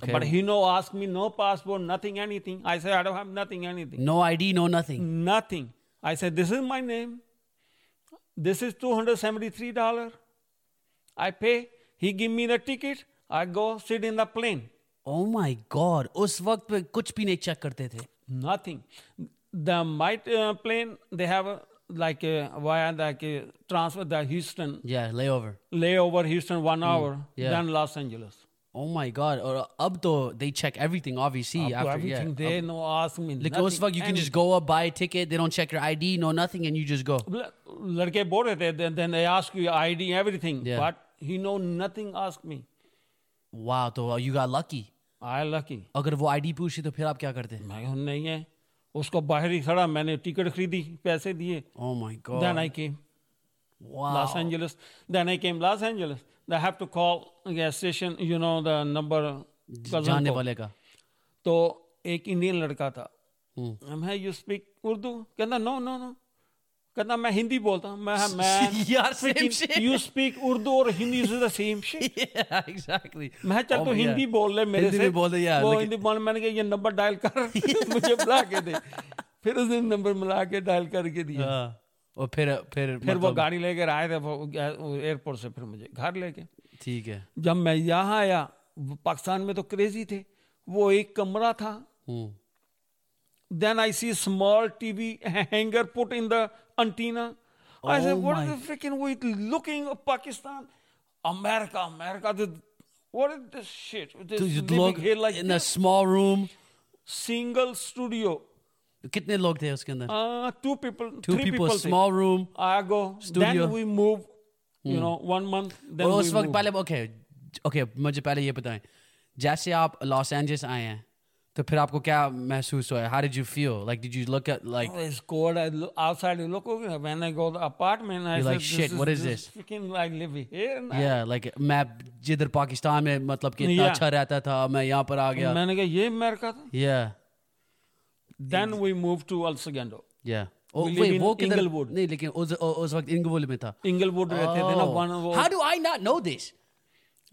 Speaker 2: Okay.
Speaker 1: But he no ask me no passport, nothing, anything. I say I don't have nothing, anything,
Speaker 2: no ID no nothing
Speaker 1: nothing. I said this is my name. This is two hundred seventy three dollar. I pay. He give me the ticket. I go sit in the plane.
Speaker 2: oh my god उस वक्त पे कुछ भी नहीं check करते थे
Speaker 1: nothing the might uh, plane they have a like uh, via like uh, transfer the Houston
Speaker 2: Yeah, layover.
Speaker 1: layover Houston one hour
Speaker 2: Mm, yeah.
Speaker 1: then Los Angeles.
Speaker 2: Oh my god. Or up though they check everything obviously
Speaker 1: Up to
Speaker 2: after
Speaker 1: everything
Speaker 2: yeah.
Speaker 1: they know ask me.
Speaker 2: Like what's fuck you can just go up buy a ticket, they don't check your ID, no nothing and you just go.
Speaker 1: लड़के बोल रहे थे then, then they ask you ID everything
Speaker 2: Yeah.
Speaker 1: but he know nothing ask me.
Speaker 2: Wow, तो you got lucky.
Speaker 1: I lucky.
Speaker 2: अगर वो ID पूछी तो फिर आप क्या करते
Speaker 1: मैं कहा, नहीं है उसको बाहर ही खड़ा मैंने टिकट खरीदी पैसे दिए
Speaker 2: Oh my
Speaker 1: then
Speaker 2: god.
Speaker 1: I came.
Speaker 2: Wow.
Speaker 1: Los Angeles. Then I came Los Angeles. They have to call gas station, you know, the number. cousin
Speaker 2: जाने
Speaker 1: को।
Speaker 2: वाले का
Speaker 1: तो एक इंडियन लड़का था
Speaker 2: हम्म।
Speaker 1: मैं यू स्पीक उर्दू कहता नो नो नो कहता मैं हिंदी बोलता हूँ." मैं मैं
Speaker 2: यार same shit
Speaker 1: you speak Urdu और Hindi is the same shit
Speaker 2: yeah, exactly.
Speaker 1: मैं चल
Speaker 2: Oh
Speaker 1: तो
Speaker 2: my
Speaker 1: हिंदी
Speaker 2: God.
Speaker 1: बोल ले मेरे
Speaker 2: हिंदी
Speaker 1: से
Speaker 2: में बोल दे, yeah,
Speaker 1: वो
Speaker 2: लेकिन-
Speaker 1: हिंदी बोल मैंने कहा ये नंबर डायल कर मुझे बुला के दे फिर उसने नंबर मिला के डायल करके दिया
Speaker 2: हाँ, और फिर फिर
Speaker 1: फिर वो
Speaker 2: मतलब-
Speaker 1: गाड़ी लेकर आए थे वो एयरपोर्ट से फिर मुझे घर लेके
Speaker 2: ठीक है
Speaker 1: जब मैं यहाँ आया वो पाकिस्तान में तो क्रेजी थे वो एक कमरा था
Speaker 2: hmm,
Speaker 1: then I see small TV hanger put in the antenna I say
Speaker 2: Oh
Speaker 1: what
Speaker 2: my-
Speaker 1: is freaking we looking Pakistan America America the what is this shit
Speaker 2: तो
Speaker 1: दिस
Speaker 2: लोग
Speaker 1: लोग here like
Speaker 2: in a small room
Speaker 1: single studio
Speaker 2: कितने लोग थे उसके
Speaker 1: Uh,
Speaker 2: अंदर
Speaker 1: two people
Speaker 2: two
Speaker 1: three
Speaker 2: people
Speaker 1: people
Speaker 2: small room
Speaker 1: I go then
Speaker 2: Studio. Hmm.
Speaker 1: We move you know one month
Speaker 2: और
Speaker 1: then
Speaker 2: उस वक्त पहले ओके ओके मुझे पहले ये बताएं जैसे आप लॉस एंजल्स आए हैं तो फिर आपको क्या महसूस हुआ how did you feel like did you look at like
Speaker 1: Oh, it's cold. I look outside. You look over. When I go to the apartment, I
Speaker 2: You're
Speaker 1: said,
Speaker 2: like, "Shit, what is
Speaker 1: Freaking, I live here. And
Speaker 2: या like मैं जिधर पाकिस्तान में मतलब कि इतना
Speaker 1: Oh, Yeah.
Speaker 2: अच्छा रहता था मैं यहाँ पर आ
Speaker 1: I,
Speaker 2: गया
Speaker 1: मैंने कहा ये अमेरिका था.
Speaker 2: या
Speaker 1: Then we moved to El Segundo.
Speaker 2: या
Speaker 1: We live in Inglewood.
Speaker 2: नहीं लेकिन उस उस वक्त इंगलवुड में था Oh.
Speaker 1: Inglewood रहते थे ना वन वो
Speaker 2: how do I not know this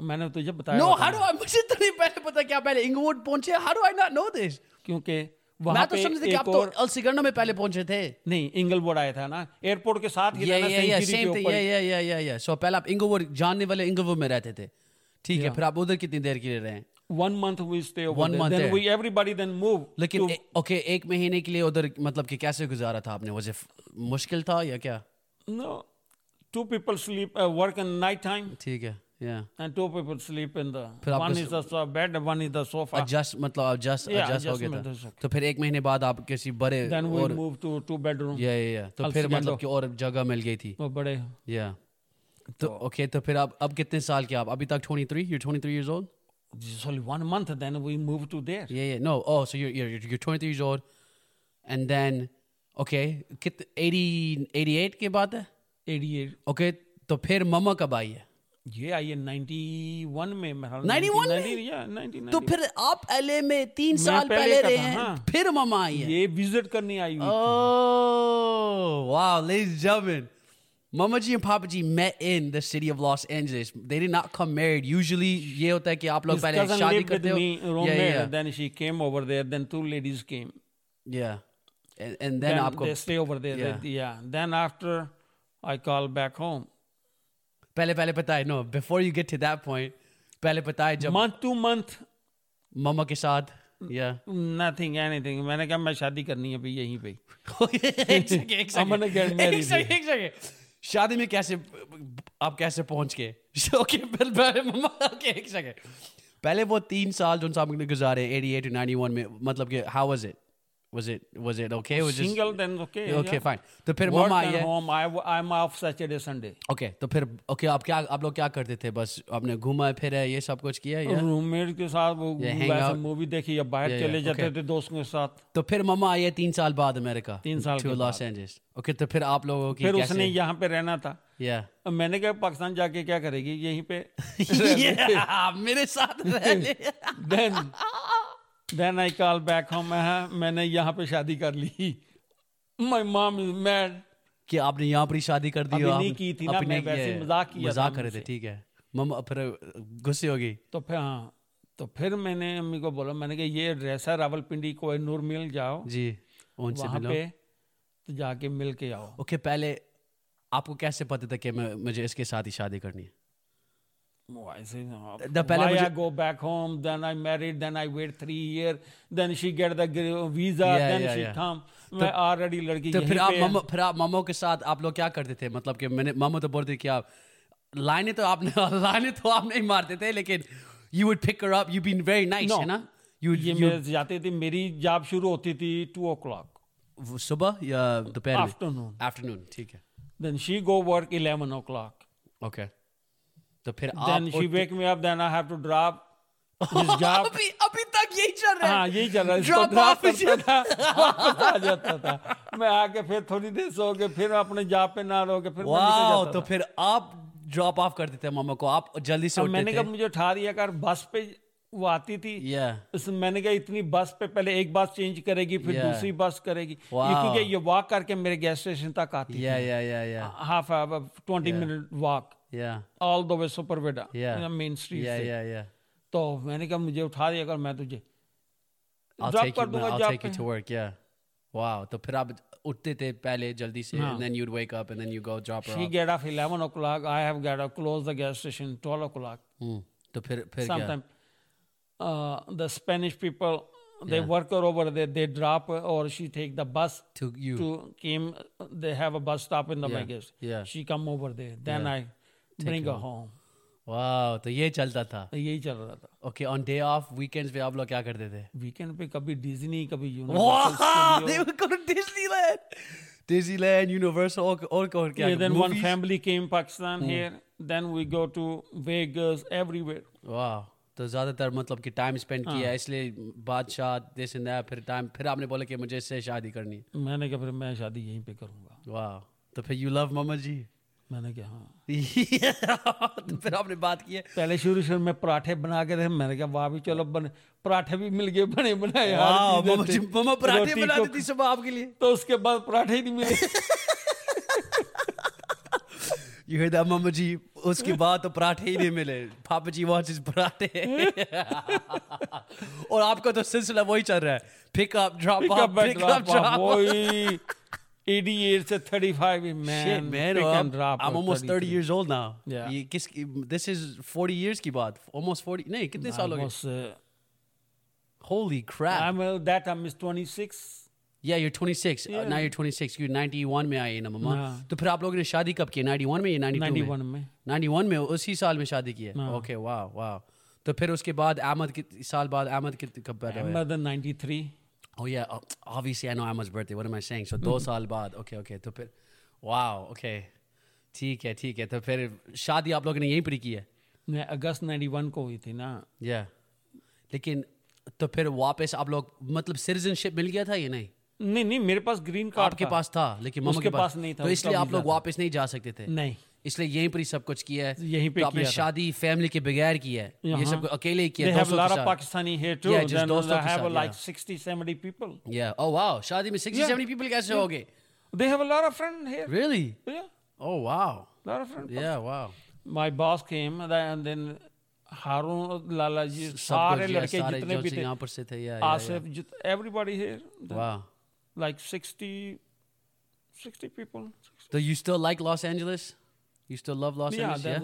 Speaker 1: मैंने तुझे बताया
Speaker 2: नो
Speaker 1: होता
Speaker 2: हाउ
Speaker 1: है,
Speaker 2: डू आई मुझे तो नहीं पहले पता क्या पहले इंगवुड पहुंचे how do I not know this
Speaker 1: क्योंकि
Speaker 2: मैं
Speaker 1: वहां
Speaker 2: तो
Speaker 1: पे
Speaker 2: समझते कि
Speaker 1: एक
Speaker 2: आप तो
Speaker 1: और
Speaker 2: अल सिगंडो में पहले पहुंचे थे
Speaker 1: नहीं इंगलवुड आया था ना एयरपोर्ट के साथ ही
Speaker 2: या
Speaker 1: था ना
Speaker 2: या या
Speaker 1: सेंचुरी
Speaker 2: सेम
Speaker 1: के
Speaker 2: थिंग
Speaker 1: ऊपर
Speaker 2: या या या या या सो पहले आप इंगवुड जानने वाले इंगवुड में रहते थे ठीक है फिर आप उधर कितनी देर के लिए रहे
Speaker 1: one month we stay
Speaker 2: One
Speaker 1: over
Speaker 2: month
Speaker 1: then
Speaker 2: there.
Speaker 1: We everybody then move
Speaker 2: लेकिन ओके एक महीने के लिए उधर मतलब कि कैसे गुजारा था आपने वजह मुश्किल था या क्या
Speaker 1: no two people sleep work in night time
Speaker 2: ठीक है या
Speaker 1: and two people sleep in the
Speaker 2: फिर आपको
Speaker 1: one
Speaker 2: स-
Speaker 1: is the so- bed one is the sofa
Speaker 2: adjust मतलब एडजस्ट
Speaker 1: Yeah,
Speaker 2: एडजस्ट हो गया
Speaker 1: adjustment is
Speaker 2: था
Speaker 1: okay.
Speaker 2: तो फिर एक महीने बाद आप किसी बड़े
Speaker 1: then we
Speaker 2: और
Speaker 1: move to two bedroom Oh, uh,
Speaker 2: या या या तो
Speaker 1: अल
Speaker 2: फिर मतलब
Speaker 1: सिगंडो।
Speaker 2: कि और जगह मिल गई थी
Speaker 1: वो बड़े
Speaker 2: या तो ओके तो फिर आप अब कितने साल के आप अभी तक 23 you're 23 years old
Speaker 1: it's only one month then we move to there
Speaker 2: Yeah, yeah. No. Oh, so you're you're you're you're 23 years old, and then okay, kit 80 88 के बाद है?
Speaker 1: 88
Speaker 2: Okay, तो फिर मम्मा कब आई है?
Speaker 1: ये आई है 91 में मेरा
Speaker 2: 91 में?
Speaker 1: या 99
Speaker 2: तो फिर आप एलए में तीन
Speaker 1: मैं
Speaker 2: साल
Speaker 1: पहले
Speaker 2: पहले
Speaker 1: का
Speaker 2: रहे
Speaker 1: था,
Speaker 2: हैं
Speaker 1: हाँ।
Speaker 2: फिर मम्मा आई है
Speaker 1: ये विजिट करने आई हुई
Speaker 2: Oh, wow, ladies and gentlemen. Mama G and Papa G met in the city of Los Angeles. They did not come married. Usually, ये होता है कि आप लोग
Speaker 1: His
Speaker 2: पहले
Speaker 1: cousin
Speaker 2: शादी
Speaker 1: lived with
Speaker 2: करते हो.
Speaker 1: me, room
Speaker 2: Yeah,
Speaker 1: mate,
Speaker 2: yeah,
Speaker 1: then she came over there then two ladies came
Speaker 2: yeah. And, and then
Speaker 1: then
Speaker 2: आपको
Speaker 1: they stay over there
Speaker 2: Yeah.
Speaker 1: yeah. then after I call back home
Speaker 2: पहले पहले पता है no before you get to that point पहले पता है जब
Speaker 1: month to month
Speaker 2: मामा के साथ या
Speaker 1: nothing anything मैंने कहा मैं शादी करनी है अभी यहीं पे ही।
Speaker 2: एक second, एक
Speaker 1: I'm
Speaker 2: second.
Speaker 1: gonna get
Speaker 2: एक
Speaker 1: married
Speaker 2: second, एक second. शादी में कैसे आप कैसे पहुंच गए ओके फिर पहले मम्मा ओके एक सेकंड पहले वो तीन साल जो आपने गुजारे 88 टू 91 में मतलब कि how was it was it was it okay was
Speaker 1: single then okay
Speaker 2: okay fine तो फिर
Speaker 1: Work
Speaker 2: मम्मा
Speaker 1: and
Speaker 2: आई है
Speaker 1: home. I I am off Saturday Sunday.
Speaker 2: Okay तो फिर ओके आप क्या आप लोग क्या करते थे बस आपने घूमा फिरा ये सब कुछ किया या
Speaker 1: रूममेट के साथ वो
Speaker 2: Yeah, hang out.
Speaker 1: मूवी देखी या बाहर
Speaker 2: Yeah,
Speaker 1: चले
Speaker 2: yeah,
Speaker 1: जाते
Speaker 2: okay.
Speaker 1: थे दोस्तों के साथ
Speaker 2: तो फिर मम्मा आई है तीन साल बाद अमेरिका
Speaker 1: तीन साल
Speaker 2: टू
Speaker 1: के
Speaker 2: लॉस एंजल्स ओके तो फिर आप लोगों की
Speaker 1: फिर
Speaker 2: कैसे-
Speaker 1: उसने यहाँ पे रहना था
Speaker 2: Yeah.
Speaker 1: अब मैंने कहा पाकिस्तान जाके क्या करेगी यहीं पे
Speaker 2: yeah, मेरे साथ रह ले।
Speaker 1: Then then I call back home हाँ, मैंने यहाँ पे शादी कर ली माय मॉम इज मैड
Speaker 2: कि आपने यहाँ पर ही शादी कर दी
Speaker 1: अभी
Speaker 2: हो,
Speaker 1: नहीं
Speaker 2: आपने-
Speaker 1: की थी ना,
Speaker 2: आपने-
Speaker 1: मैं वैसे ही
Speaker 2: yeah,
Speaker 1: मजाक किया
Speaker 2: मजाक
Speaker 1: था
Speaker 2: कर रहे थे ठीक है मम्मा फिर गुस्से हो गई
Speaker 1: तो फिर हाँ तो फिर मैंने अम्मी को बोला मैंने कहा ये एड्रेस है रावलपिंडी को नूर मिल जाओ
Speaker 2: जी उनसे
Speaker 1: वहाँ
Speaker 2: मिलो
Speaker 1: पे तो जाके मिल के आओ
Speaker 2: ओके पहले आपको कैसे पता था कि मैं मुझे इसके साथ ही शादी करनी है
Speaker 1: Why say no?
Speaker 2: The पहले
Speaker 1: Why
Speaker 2: मुझे-
Speaker 1: I go back home? Then I married. Then I wait three year. Then she get the gr- visa.
Speaker 2: Yeah,
Speaker 1: then
Speaker 2: yeah,
Speaker 1: she
Speaker 2: yeah.
Speaker 1: come. मैं already लड़की
Speaker 2: तो
Speaker 1: यहीं
Speaker 2: फिर आप
Speaker 1: पे है।
Speaker 2: मामो फिर आप मामो के साथ आप लोग क्या करते थे मतलब कि मैंने मामो तो बोलते कि आप लाइनें तो आपने लाइनें तो आप नहीं मारते थे लेकिन you would pick her up you been very nice
Speaker 1: No.
Speaker 2: है ना यू
Speaker 1: ये
Speaker 2: यू
Speaker 1: मैं जाती थी मेरी जॉब शुरू होती थी टू ओ क्लॉक
Speaker 2: सुबह या दोपहर में
Speaker 1: आफ्टरनून
Speaker 2: आफ्टरनून ठीक है
Speaker 1: then she go work eleven o'clock
Speaker 2: okay तो फिर
Speaker 1: देन
Speaker 2: आप
Speaker 1: she wake me up then I have to drop this job
Speaker 2: अभी अभी तक यही चल रहा है
Speaker 1: हाँ यही चल रहा है इसको
Speaker 2: ड्रॉप ऑफ
Speaker 1: ड्रॉप करता था वापस आ जाता था मैं आके फिर थोड़ी देर सो के फिर अपने जॉब पे ना रो के फिर मैं निकल
Speaker 2: वाओ
Speaker 1: जाता
Speaker 2: तो
Speaker 1: था।
Speaker 2: फिर आप ड्रॉप ऑफ करते थे मामा को आप जल्दी से
Speaker 1: अब
Speaker 2: उठते
Speaker 1: हाँ, मैंने
Speaker 2: थे
Speaker 1: कहा मुझे उठा दिया कर बस पे वो आती थी
Speaker 2: या
Speaker 1: इस मैंने कहा इतनी बस पे पहले एक बस चेंज करेगी फिर
Speaker 2: Yeah.
Speaker 1: दूसरी बस करेगी ये
Speaker 2: Wow.
Speaker 1: क्योंकि ये वॉक करके मेरे गैस स्टेशन तक आती
Speaker 2: या या या या
Speaker 1: half hour twenty minute walk
Speaker 2: या
Speaker 1: all the way Sepulveda
Speaker 2: Yeah.
Speaker 1: हाँ। मेन स्ट्रीट
Speaker 2: या
Speaker 1: से
Speaker 2: या या
Speaker 1: तो मैंने कहा मुझे उठा दिया कर मैं तुझे
Speaker 2: I'll
Speaker 1: ड्रॉप
Speaker 2: take
Speaker 1: कर
Speaker 2: you.
Speaker 1: दूंगा
Speaker 2: I'll
Speaker 1: जॉब
Speaker 2: take you
Speaker 1: पे।
Speaker 2: to work. Yeah. Wow. तो फिर आप उठते थे पहले जल्दी से and then you'd wake up and then you go drop her
Speaker 1: हाँ। She
Speaker 2: off.
Speaker 1: get off 11 o'clock. I have got to close the gas station 12 o'clock.
Speaker 2: Hmm. तो फिर फिर क्या?
Speaker 1: Sometime uh, the Spanish people, they work her over there. They drop her or she take the bus
Speaker 2: To you.
Speaker 1: to came. They have a bus stop in the
Speaker 2: Yeah,
Speaker 1: Vegas.
Speaker 2: yeah.
Speaker 1: She come over there. Then I bring her home.
Speaker 2: Wow. तो ये चलता था.
Speaker 1: तो यही चल रहा था
Speaker 2: Okay. On day off, weekends पे आप लोग क्या करते थे?
Speaker 1: वीकेंड पे कभी डिज्नी कभी
Speaker 2: Wow.
Speaker 1: Universal
Speaker 2: They would go to Disneyland. Disneyland, Universal, और और और क्या?
Speaker 1: yeah, then one
Speaker 2: Movies? Hmm.
Speaker 1: family came Pakistan here. Then we go to Vegas, everywhere.
Speaker 2: Wow. तो ज्यादातर मतलब कि टाइम स्पेंड
Speaker 1: हाँ।
Speaker 2: किया इसलिए बादशाह दिस एंड दैट फिर टाइम फिर आपने बोला कि मुझे इससे शादी करनी है
Speaker 1: मैंने कहा फिर मैं शादी यहीं पे करूंगा
Speaker 2: वाह तो फिर यू लव मामा जी
Speaker 1: मैंने कहा हाँ
Speaker 2: तो फिर आपने बात की है
Speaker 1: पहले शुरू शुरू में पराठे बना के थे मैंने कहा वाह भी चलो बने पराठे भी मिल गए बने बनाए हर
Speaker 2: वाह,
Speaker 1: चीज़
Speaker 2: हाँ, मम्मा
Speaker 1: थे।
Speaker 2: जी मम्मा पराठे
Speaker 1: रोटी
Speaker 2: बना
Speaker 1: को-
Speaker 2: देती सुबह आपके लिए
Speaker 1: तो उसके बाद पराठे ही नहीं मिले
Speaker 2: you hear that mama ji उसके बाद तो पराठे ही नहीं मिले पापा जी वॉच इज पराठे और आपका तो सिलसिला वही चल रहा है pick up drop
Speaker 1: pickup
Speaker 2: up pick up drop
Speaker 1: वही 88 से 35
Speaker 2: Shit,
Speaker 1: man
Speaker 2: man.
Speaker 1: pick
Speaker 2: well,
Speaker 1: and drop
Speaker 2: I'm
Speaker 1: or
Speaker 2: almost 30 years old now.
Speaker 1: Yeah.
Speaker 2: ये किस this is 40 years की बात. Almost 40. नहीं, कितने साल हो गए?
Speaker 1: Almost, uh,
Speaker 2: Holy crap.
Speaker 1: I'm uh, that I'm is 26
Speaker 2: Yeah, you're 26. Uh, now you're 26. You're 91 में आए ना मम्मा.
Speaker 1: हाँ।
Speaker 2: तो फिर आप लोगों ने शादी कब की? 91 में या 92 में?
Speaker 1: 91 में
Speaker 2: 91 में उसी साल में शादी की है ओके वाह वाह तो फिर उसके बाद अहमद कित- साल बाद अहमद कित- कब पैदा हुआ
Speaker 1: I'm the 93
Speaker 2: oh yeah uh, obviously I know Ahmed's birthday what am I saying so दो साल बाद ओके ओके तो फिर वाह ओके ठीक है ठीक है तो फिर शादी आप लोगों ने यहीं पर ही की है
Speaker 1: मैं अगस्त 91 को हुई थी ना
Speaker 2: या लेकिन तो फिर वापस आप लोग मतलब सिटीजनशिप मिल गया था या नहीं
Speaker 1: नहीं नहीं मेरे पास ग्रीन कार्ड
Speaker 2: आपके पास था लेकिन मम्मा
Speaker 1: उसके
Speaker 2: के पास
Speaker 1: पास नहीं
Speaker 2: तो
Speaker 1: था, उसका
Speaker 2: इसलिए आप
Speaker 1: वीजा
Speaker 2: लोग
Speaker 1: था।
Speaker 2: वापस नहीं जा सकते थे
Speaker 1: नहीं
Speaker 2: इसलिए यहीं पर ही सब कुछ किया है
Speaker 1: यहीं पे
Speaker 2: तो आपने
Speaker 1: किया था।
Speaker 2: शादी फैमिली के बगैर किया है ये
Speaker 1: यहाँ।
Speaker 2: सब कुछ अकेले ही
Speaker 1: they
Speaker 2: किया
Speaker 1: have a
Speaker 2: दोस्तों
Speaker 1: lot
Speaker 2: के
Speaker 1: of
Speaker 2: साथ
Speaker 1: Pakistani here too.
Speaker 2: Yeah, just
Speaker 1: then
Speaker 2: दोस्तों
Speaker 1: they
Speaker 2: के
Speaker 1: have
Speaker 2: साथ,
Speaker 1: like
Speaker 2: yeah.
Speaker 1: 60, 70 people.
Speaker 2: Yeah. Oh wow. शादी में 60
Speaker 1: Yeah.
Speaker 2: 70 people कैसे हो गए?
Speaker 1: They have a lot of friends here.
Speaker 2: Really?
Speaker 1: Yeah,
Speaker 2: Oh wow.
Speaker 1: lot of friends.
Speaker 2: Yeah, wow.
Speaker 1: My boss came and then- and then Harun Lala ji,
Speaker 2: सब
Speaker 1: सारे
Speaker 2: कुछ, yeah,
Speaker 1: लड़के
Speaker 2: सारे
Speaker 1: जितने
Speaker 2: जो
Speaker 1: भी
Speaker 2: से
Speaker 1: थे,
Speaker 2: यहाँ पर से थे yeah, yeah,
Speaker 1: आसिफ, जित- everybody here,
Speaker 2: yeah. Wow.
Speaker 1: like 60, 60 people.
Speaker 2: So तो you still like Los Angeles? You still love Los
Speaker 1: Yeah,
Speaker 2: Angeles?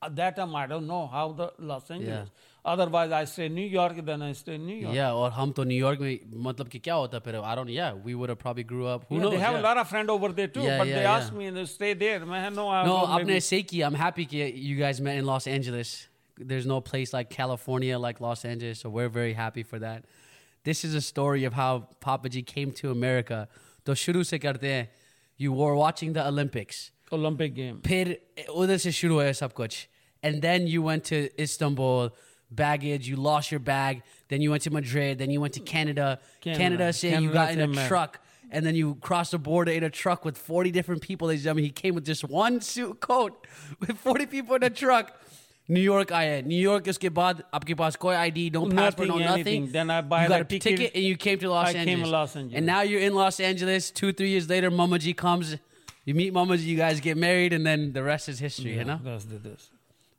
Speaker 1: that, at that time I don't know how the Los Angeles.
Speaker 2: Yeah.
Speaker 1: Otherwise I stay New York, then I stay New
Speaker 2: yeah.
Speaker 1: York.
Speaker 2: Yeah, और हम तो New York में मतलब कि क्या होता फिर I don't yeah, we would have probably grew up. Who
Speaker 1: Yeah,
Speaker 2: knows?
Speaker 1: they have
Speaker 2: yeah.
Speaker 1: a lot of friends over there too,
Speaker 2: Yeah,
Speaker 1: but
Speaker 2: yeah,
Speaker 1: they
Speaker 2: yeah.
Speaker 1: asked me and stay there. I no, I
Speaker 2: No,
Speaker 1: will
Speaker 2: आपने
Speaker 1: maybe-
Speaker 2: सही किया. I'm happy कि you guys met in Los Angeles. There's no place like California like Los Angeles, so we're very happy for that. This is a story of how Papa G came to America. तो शुरू से करते हैं. You were watching the Olympics.
Speaker 1: Olympic game.
Speaker 2: फिर उधर से शुरू हुआ सब कुछ. And then you went to Istanbul, baggage, you lost your bag. Then you went to Madrid, then you went to Canada. Canada,
Speaker 1: Canada.
Speaker 2: say you
Speaker 1: Canada
Speaker 2: got in
Speaker 1: to
Speaker 2: a
Speaker 1: America.
Speaker 2: truck. And then you crossed the border in a truck with 40 different people. I mean, he came with just one suit coat with 40 people in a truck. New York आया New York इसके बाद आपके पास कोई ID no passport no
Speaker 1: Nothing,
Speaker 2: nothing
Speaker 1: anything. Then I buy
Speaker 2: you got
Speaker 1: the
Speaker 2: a ticket,
Speaker 1: ticket.
Speaker 2: and you came to Los
Speaker 1: I
Speaker 2: Angeles
Speaker 1: came to Los Angeles.
Speaker 2: and now you're in Los Angeles two three years later Mama G comes you meet Mama G you guys get married and then the rest is history you know
Speaker 1: Let's do this.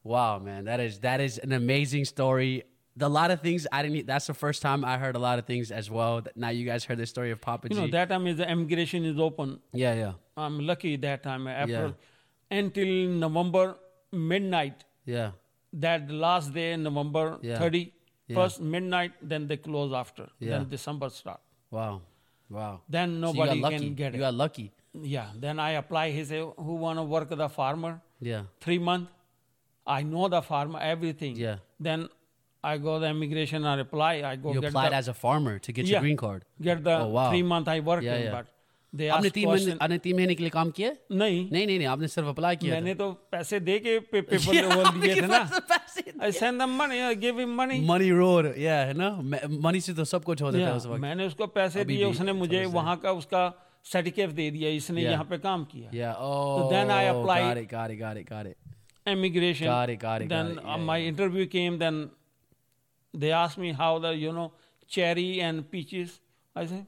Speaker 2: Wow, man, that is that is an amazing story. The, a lot of things I didn't. e, That's the first time I heard a lot of things as well. That- Now you guys heard the story of Papa
Speaker 1: You
Speaker 2: G.
Speaker 1: know, that time is the immigration is open.
Speaker 2: yeah, yeah,
Speaker 1: I'm eh, lucky that time April until November midnight.
Speaker 2: yeah.
Speaker 1: that last day November
Speaker 2: Yeah.
Speaker 1: 30
Speaker 2: Yeah.
Speaker 1: first midnight then they close after
Speaker 2: Yeah.
Speaker 1: then December start
Speaker 2: Wow. Wow.
Speaker 1: then
Speaker 2: So you got
Speaker 1: nobody
Speaker 2: lucky.
Speaker 1: can get
Speaker 2: You
Speaker 1: it
Speaker 2: got lucky.
Speaker 1: yeah then I apply he say who want to work the farmer
Speaker 2: Yeah.
Speaker 1: three month I know the farmer everything
Speaker 2: Yeah.
Speaker 1: then I go the immigration I apply I go
Speaker 2: You
Speaker 1: get
Speaker 2: applied
Speaker 1: the,
Speaker 2: as a farmer to get your
Speaker 1: Yeah.
Speaker 2: green card.
Speaker 1: get the
Speaker 2: Oh, wow.
Speaker 1: three month I work
Speaker 2: Yeah,
Speaker 1: in
Speaker 2: yeah.
Speaker 1: but they
Speaker 2: आपने
Speaker 1: ask
Speaker 2: तीन महीने
Speaker 1: question
Speaker 2: आपने तीन महीने के लिए काम किया है?
Speaker 1: नहीं
Speaker 2: नहीं नहीं नहीं आपने सिर्फ अप्लाई किया
Speaker 1: मैंने तो पैसे दे के पे, पेपर वो दिए थे ना I send them money I give him money
Speaker 2: money road या है ना मनी से तो सब कुछ हो जाता है उस
Speaker 1: Yeah,
Speaker 2: वक्त
Speaker 1: मैंने उसको पैसे
Speaker 2: अभी
Speaker 1: दिए
Speaker 2: भी
Speaker 1: उसने मुझे वहां का उसका सर्टिफिकेट दे दिया इसने
Speaker 2: Yeah.
Speaker 1: यहाँ पे काम किया
Speaker 2: या oh
Speaker 1: then I applied-
Speaker 2: got it got it got it got it
Speaker 1: immigration
Speaker 2: Got it, got it, got
Speaker 1: then
Speaker 2: it.
Speaker 1: uh,
Speaker 2: Yeah,
Speaker 1: my interview came then they asked me how the you know cherry and peaches I said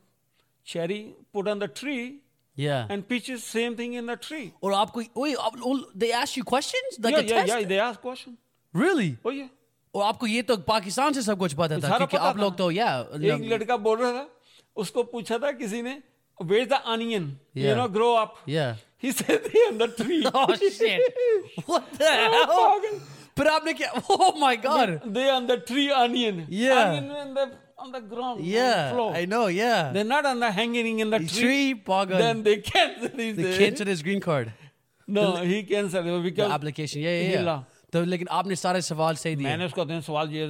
Speaker 1: cherry put on the tree
Speaker 2: या
Speaker 1: and peaches same thing in the tree
Speaker 2: और आपको ओए आप- ओल- they ask you questions like a
Speaker 1: yeah yeah
Speaker 2: test
Speaker 1: yeah they ask question
Speaker 2: really
Speaker 1: oh yeah
Speaker 2: और आपको ये तो पाकिस्तान से सब कुछ पता था
Speaker 1: सारा
Speaker 2: क्योंकि
Speaker 1: पता
Speaker 2: आप
Speaker 1: था।
Speaker 2: लोग तो या
Speaker 1: एक लड़का बोल रहा था उसको पूछा था किसी ने where's the onion you
Speaker 2: Yeah.
Speaker 1: know grow up
Speaker 2: या
Speaker 1: he said they on the tree
Speaker 2: oh shit what the
Speaker 1: Oh,
Speaker 2: hell
Speaker 1: पागल।
Speaker 2: पर आपने क्या oh my god
Speaker 1: they on the tree onion.
Speaker 2: Yeah.
Speaker 1: Onion on the on the ground. on the
Speaker 2: yeah
Speaker 1: floor.
Speaker 2: I know yeah
Speaker 1: They're not on the hanging in the
Speaker 2: The
Speaker 1: tree.
Speaker 2: tree पागल
Speaker 1: Then they cancel his
Speaker 2: they
Speaker 1: uh,
Speaker 2: canceled his green card
Speaker 1: No, he canceled it
Speaker 2: the
Speaker 1: because
Speaker 2: application yeah yeah,
Speaker 1: हिला।
Speaker 2: yeah तो लेकिन आपने सारे सवाल सही दिए
Speaker 1: मैंने उसको अपने सवाल ये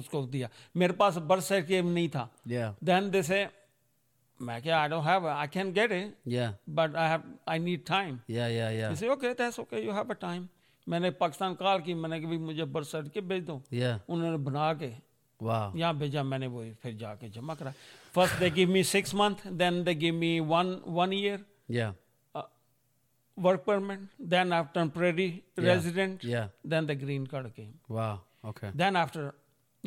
Speaker 1: उसको दिया मेरे पास बर्थ सर्टिफिकेट नहीं था
Speaker 2: yeah
Speaker 1: देन दे से मैं क्या I don't have I can get it
Speaker 2: yeah
Speaker 1: but I have I need time
Speaker 2: yeah yeah yeah
Speaker 1: say okay that's okay you have a time मैंने Pakistan call की मैंने कि भी मुझे बर्थ सर्टिफिकेट भेज दो
Speaker 2: yeah
Speaker 1: उन्होंने बना के
Speaker 2: wow
Speaker 1: यहाँ भेजा मैंने वो फिर जाके जमा करा first they give me six month then they give me one one year
Speaker 2: yeah
Speaker 1: work permit then after temporary resident
Speaker 2: yeah
Speaker 1: then the green card came
Speaker 2: wow okay
Speaker 1: then after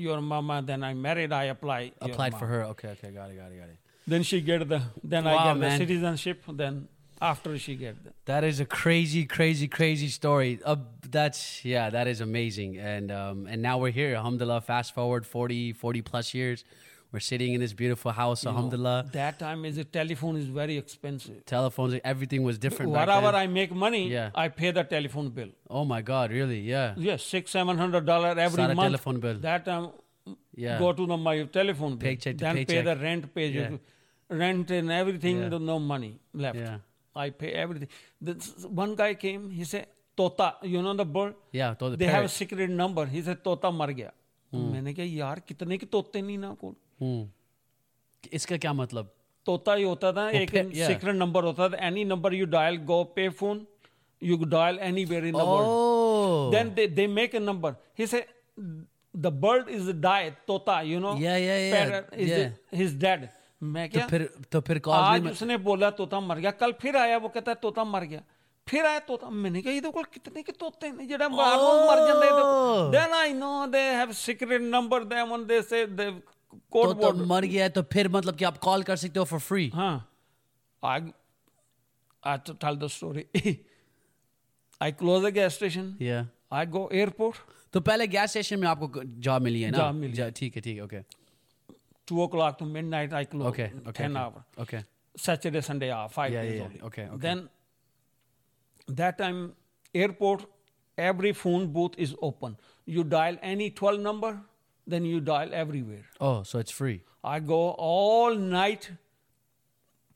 Speaker 1: your mama then I married I apply
Speaker 2: applied for her okay okay got it got it got it
Speaker 1: then she get the then
Speaker 2: Wow,
Speaker 1: I get the
Speaker 2: man.
Speaker 1: Citizenship then after she get the
Speaker 2: That is a crazy, crazy, crazy story. Uh, that's yeah, that is amazing. And um, and now we're here. Alhamdulillah. Fast forward 40, 40 plus years, we're sitting in this beautiful house. Alhamdulillah.
Speaker 1: That time is telephone is very expensive
Speaker 2: Telephones, everything was different. back
Speaker 1: what ever
Speaker 2: then.
Speaker 1: I make money
Speaker 2: Yeah.
Speaker 1: I pay the telephone bill
Speaker 2: oh my God, really? Yeah.
Speaker 1: yes six seven hundred dollar every
Speaker 2: Sara
Speaker 1: month
Speaker 2: telephone bill.
Speaker 1: that time
Speaker 2: Yeah.
Speaker 1: go to the my telephone bill,
Speaker 2: Paycheck to
Speaker 1: then pay
Speaker 2: paycheck.
Speaker 1: the rent pay
Speaker 2: Yeah.
Speaker 1: rent and everything
Speaker 2: Yeah.
Speaker 1: the- no money left
Speaker 2: Yeah.
Speaker 1: i pay everything this one guy came he said tota you know the bird
Speaker 2: yeah. To the
Speaker 1: they have a
Speaker 2: parrot.
Speaker 1: secret number he said tota mar gaya मैंने कहा यार कितने के तोते नहीं ना कोल
Speaker 2: Hmm. इसका क्या मतलब?
Speaker 1: तोता ही होता था एक
Speaker 2: पे- yeah.
Speaker 1: सीक्रेट नंबर होता था any number you dial go pay phone you dial anywhere in the world
Speaker 2: Oh.
Speaker 1: then they, they make a number. He said, the bird is died, tota, you know.
Speaker 2: Yeah, yeah, yeah,
Speaker 1: Parrot is
Speaker 2: yeah.
Speaker 1: he's dead. मैं
Speaker 2: तो
Speaker 1: क्या
Speaker 2: फिर तो फिर call
Speaker 1: आज उसने बोला तोता मर गया कल फिर आया वो कहता है तोता मर गया फिर आया तोता मैंने कहा इधर कोल कितने के तोते ने जेड़ा मारो मर जंदे
Speaker 2: Oh.
Speaker 1: Then I know they have secret number they one they say they code
Speaker 2: तो मर गया है, तो फिर मतलब कि आप कॉल कर सकते हो for free
Speaker 1: Huh. I I have to तो tell the story. I close the gas station.
Speaker 2: Yeah.
Speaker 1: I go airport.
Speaker 2: तो पहले गैस स्टेशन में आपको जॉब मिली है ना
Speaker 1: Job मिली।
Speaker 2: जा- ठीक है ठीक है okay
Speaker 1: two o'clock to midnight I close.
Speaker 2: Okay, okay,
Speaker 1: Ten
Speaker 2: okay.
Speaker 1: hour.
Speaker 2: Okay.
Speaker 1: Saturday, Sunday hour, five
Speaker 2: Yeah,
Speaker 1: days
Speaker 2: yeah, yeah.
Speaker 1: only.
Speaker 2: Okay, okay.
Speaker 1: Then that time airport, every phone booth is open. You dial any twelve number, then you dial everywhere.
Speaker 2: Oh, so it's free.
Speaker 1: I go all night.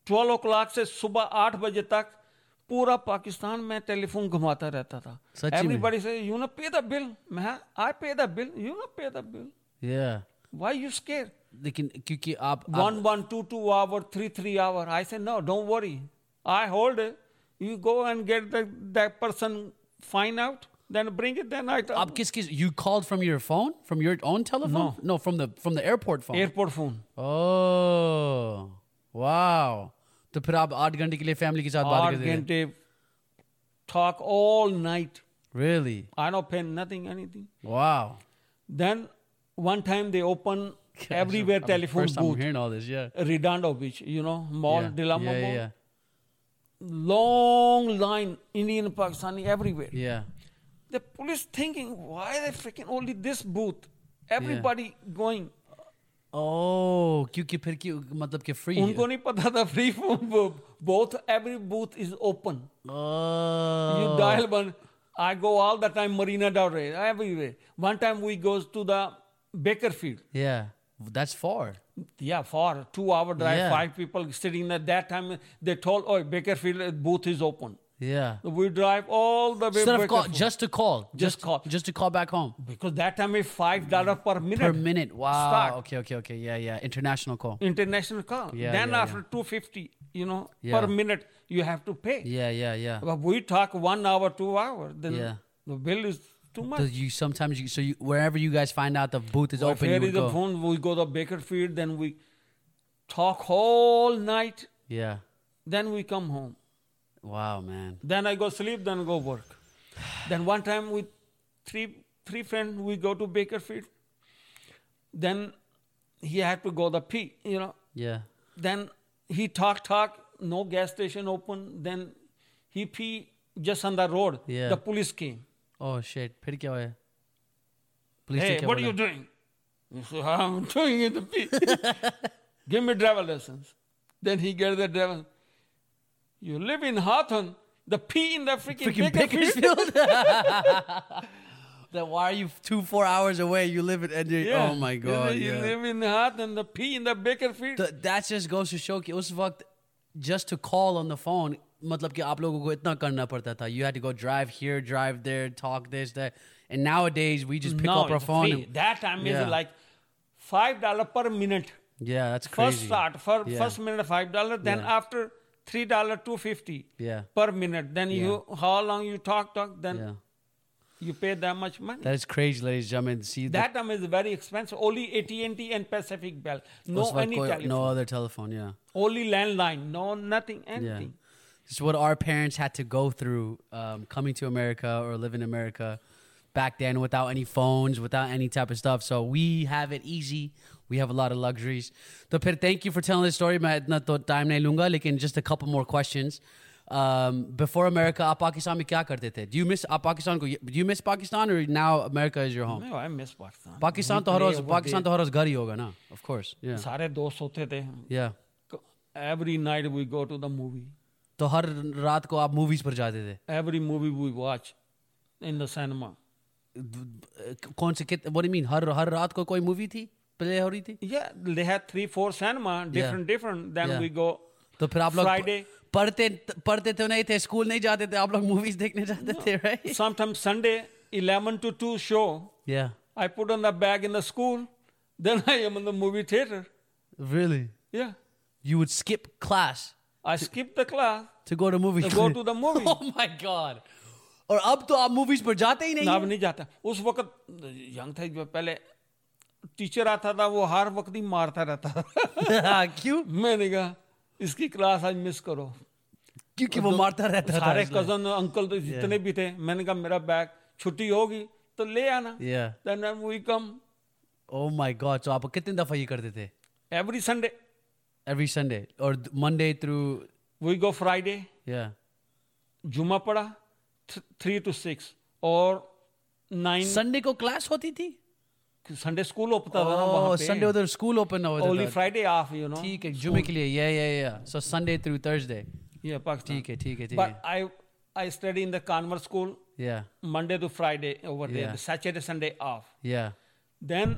Speaker 1: 12 o'clock से सुबह 8 बजे तक पूरा पाकिस्तान में telephone घुमाता रहता था
Speaker 2: सच्ची में?
Speaker 1: Everybody say you know pay the bill मैं I pay the bill you know pay the bill
Speaker 2: Yeah.
Speaker 1: Why you scare
Speaker 2: लेकिन क्योंकि आप आप-
Speaker 1: one one two two hour three three hour i say no don't worry i hold it you go and get the that person find out then bring it then i
Speaker 2: आप किस किस you called from your phone from your own telephone? No, from the from the airport phone.
Speaker 1: airport phone
Speaker 2: Oh. Wow. तो फिर आप आठ घंटे के लिए फैमिली के साथ बात
Speaker 1: or
Speaker 2: करते हैं।
Speaker 1: can they talk all night
Speaker 2: Really?
Speaker 1: i don't pay nothing anything
Speaker 2: Wow.
Speaker 1: then one time they open everywhere telephone
Speaker 2: First time I'm
Speaker 1: booth
Speaker 2: hearing all this. Yeah.
Speaker 1: redondo beach you know mall
Speaker 2: yeah.
Speaker 1: dilama
Speaker 2: yeah,
Speaker 1: mall
Speaker 2: yeah,
Speaker 1: long line indian pakistani everywhere
Speaker 2: yeah.
Speaker 1: the police thinking why they freaking only this booth everybody going
Speaker 2: Oh, क्योंकि फिर क्यों मतलब कि free.
Speaker 1: उनको नहीं पता था free phone both every booth is open
Speaker 2: Oh.
Speaker 1: you dial one I go all the time Marina Del Rey, everywhere. One time we goes to the Bakerfield.
Speaker 2: Yeah, that's far.
Speaker 1: Yeah, far, two hour drive,
Speaker 2: Yeah.
Speaker 1: five people sitting at that time. They told, oh, Bakerfield uh, booth is open.
Speaker 2: Yeah.
Speaker 1: We drive all the way
Speaker 2: Instead of call,
Speaker 1: Bakerfield.
Speaker 2: just to call,
Speaker 1: Just call.
Speaker 2: just to call back home
Speaker 1: because that time is five dollar per minute.
Speaker 2: per minute. Wow.
Speaker 1: Start.
Speaker 2: Okay, okay, okay. Yeah, yeah. International call.
Speaker 1: International call.
Speaker 2: Yeah,
Speaker 1: then
Speaker 2: yeah, yeah.
Speaker 1: after 250, you know,
Speaker 2: Yeah.
Speaker 1: per minute you have to pay.
Speaker 2: Yeah, yeah, yeah.
Speaker 1: But we talk one hour, two hour, then
Speaker 2: Yeah.
Speaker 1: the bill is too much.
Speaker 2: So you sometimes you so you, wherever you guys find out the booth is
Speaker 1: But
Speaker 2: open, you
Speaker 1: here is
Speaker 2: would
Speaker 1: the
Speaker 2: go.
Speaker 1: phone. We go to Bakerfield, then we talk whole night,
Speaker 2: Yeah.
Speaker 1: then we come home.
Speaker 2: Wow, man.
Speaker 1: Then I go sleep, then go work. then one time with three three friends, we go to Bakerfield. Then he had to go the pee, you know.
Speaker 2: Yeah.
Speaker 1: Then he talk talk, no gas station open. Then he pee just on the road.
Speaker 2: Yeah.
Speaker 1: The police came.
Speaker 2: Oh shit. फिर क्या हुआ? Please
Speaker 1: hey, what are you doing? He said, I'm doing it. the pee. Give me driver lessons. Then he get the driver. You live in Hawthorne. The pee in the freaking,
Speaker 2: Freaking
Speaker 1: Bakerfield.
Speaker 2: Bakersfield. then why are you two four hours away? You live in and you're, oh my
Speaker 1: You
Speaker 2: god.
Speaker 1: know, You,
Speaker 2: yeah.
Speaker 1: live in Hawthorne. The pee in the Bakerfield.
Speaker 2: Th- that just goes to show कि उस वक्त just to call on the phone मतलब कि आप लोगों को इतना करना पड़ता था you had to go drive here drive there talk this that and nowadays we just pick
Speaker 1: no,
Speaker 2: up our
Speaker 1: it's
Speaker 2: phone
Speaker 1: free.
Speaker 2: and-
Speaker 1: That time
Speaker 2: Yeah.
Speaker 1: is like five dollar per minute.
Speaker 2: yeah that's crazy
Speaker 1: First start for
Speaker 2: Yeah.
Speaker 1: first minute five dollar. Then
Speaker 2: Yeah.
Speaker 1: after three dollar two fifty
Speaker 2: yeah
Speaker 1: per minute. Then you how long you talk talk. Then
Speaker 2: yeah
Speaker 1: you pay that much money.
Speaker 2: that is crazy ladies and gentlemen see the-
Speaker 1: That time is very expensive. Only AT&T and Pacific Bell. No
Speaker 2: उस वक्त
Speaker 1: any
Speaker 2: कोई-
Speaker 1: telephone.
Speaker 2: no other telephone yeah
Speaker 1: Only landline. No nothing.
Speaker 2: yeah
Speaker 1: Anything.
Speaker 2: it's what our parents had to go through um, coming to America or live in America back then without any phones, without any type of stuff. So we have it easy. We have a lot of luxuries. So, Pir, thank you for telling this story. मैं इतना तो time नहीं लूँगा, लेकिन just a couple more questions. Um, before America, आप पाकिस्तान में क्या करते थे? Do you miss आप पाकिस्तान को? Do you miss Pakistan or now America is your home?
Speaker 1: No, I miss Pakistan.
Speaker 2: Pakistan
Speaker 1: We
Speaker 2: तो हर
Speaker 1: play
Speaker 2: rose
Speaker 1: over
Speaker 2: Pakistan
Speaker 1: there.
Speaker 2: तो हर रोज घर ही होगा ना? Of course. Yeah.
Speaker 1: सारे दोस्त होते थे
Speaker 2: Yeah.
Speaker 1: Every night we go to the movie.
Speaker 2: तो हर रात को आप movies पर जाते थे?
Speaker 1: Every movie we watch in the cinema.
Speaker 2: कौन से कित what do you mean हर हर रात को कोई मूवी थी प्ले हो रही थी
Speaker 1: Yeah, they had three, four cinema, different, different. Then
Speaker 2: Yeah.
Speaker 1: we go.
Speaker 2: तो फिर आप लोग
Speaker 1: Friday.
Speaker 2: पढ़ते पढ़ते तो नहीं थे स्कूल नहीं जाते थे आप लोग मूवीज देखने जाते थे right
Speaker 1: Sometimes Sunday, 11 to 2 show.
Speaker 2: या
Speaker 1: I put on the bag in the school. Then I am in the movie theater.
Speaker 2: Really
Speaker 1: Yeah.
Speaker 2: You would skip class
Speaker 1: I skip the class
Speaker 2: to go to movie
Speaker 1: to go to the movie.
Speaker 2: Oh my God Oh और अब तो आप movies पर जाते ही
Speaker 1: ना
Speaker 2: नहीं
Speaker 1: अब नहीं जाता उस वक्त यंग था जो पहले टीचर आता था वो हर वक्त ही मारता रहता था
Speaker 2: हाँ, क्यों
Speaker 1: मैंने कहा इसकी क्लास आज मिस करो
Speaker 2: क्योंकि वो मारता रहता था
Speaker 1: तो सारे कजन अंकल तो जितने भी थे मैंने कहा मेरा बैग छुट्टी होगी तो ले आना
Speaker 2: या
Speaker 1: then we come
Speaker 2: oh my God तो आप कितने दफा ये करते थे
Speaker 1: एवरी संडे
Speaker 2: एवरी संडे और Monday through
Speaker 1: we go Friday
Speaker 2: या
Speaker 1: जुमा पड़ा थ्री टू सिक्स और नाइन
Speaker 2: संडे को क्लास होती थी
Speaker 1: संडे स्कूल होता था ना
Speaker 2: Oh,
Speaker 1: तो वहाँ पे Oh,
Speaker 2: Sunday उधर school open होता
Speaker 1: ओनली
Speaker 2: था।
Speaker 1: फ्राइडे ऑफ यू नो
Speaker 2: ठीक है जुमे के लिए या या yeah so Sunday through Thursday
Speaker 1: ये पाकिस्तान
Speaker 2: ठीक है ठीक है ठीक
Speaker 1: हाँ। But
Speaker 2: है
Speaker 1: I I study in the convert school
Speaker 2: yeah
Speaker 1: Monday to Friday over there,
Speaker 2: Yeah.
Speaker 1: the Saturday Sunday off.
Speaker 2: Yeah
Speaker 1: Then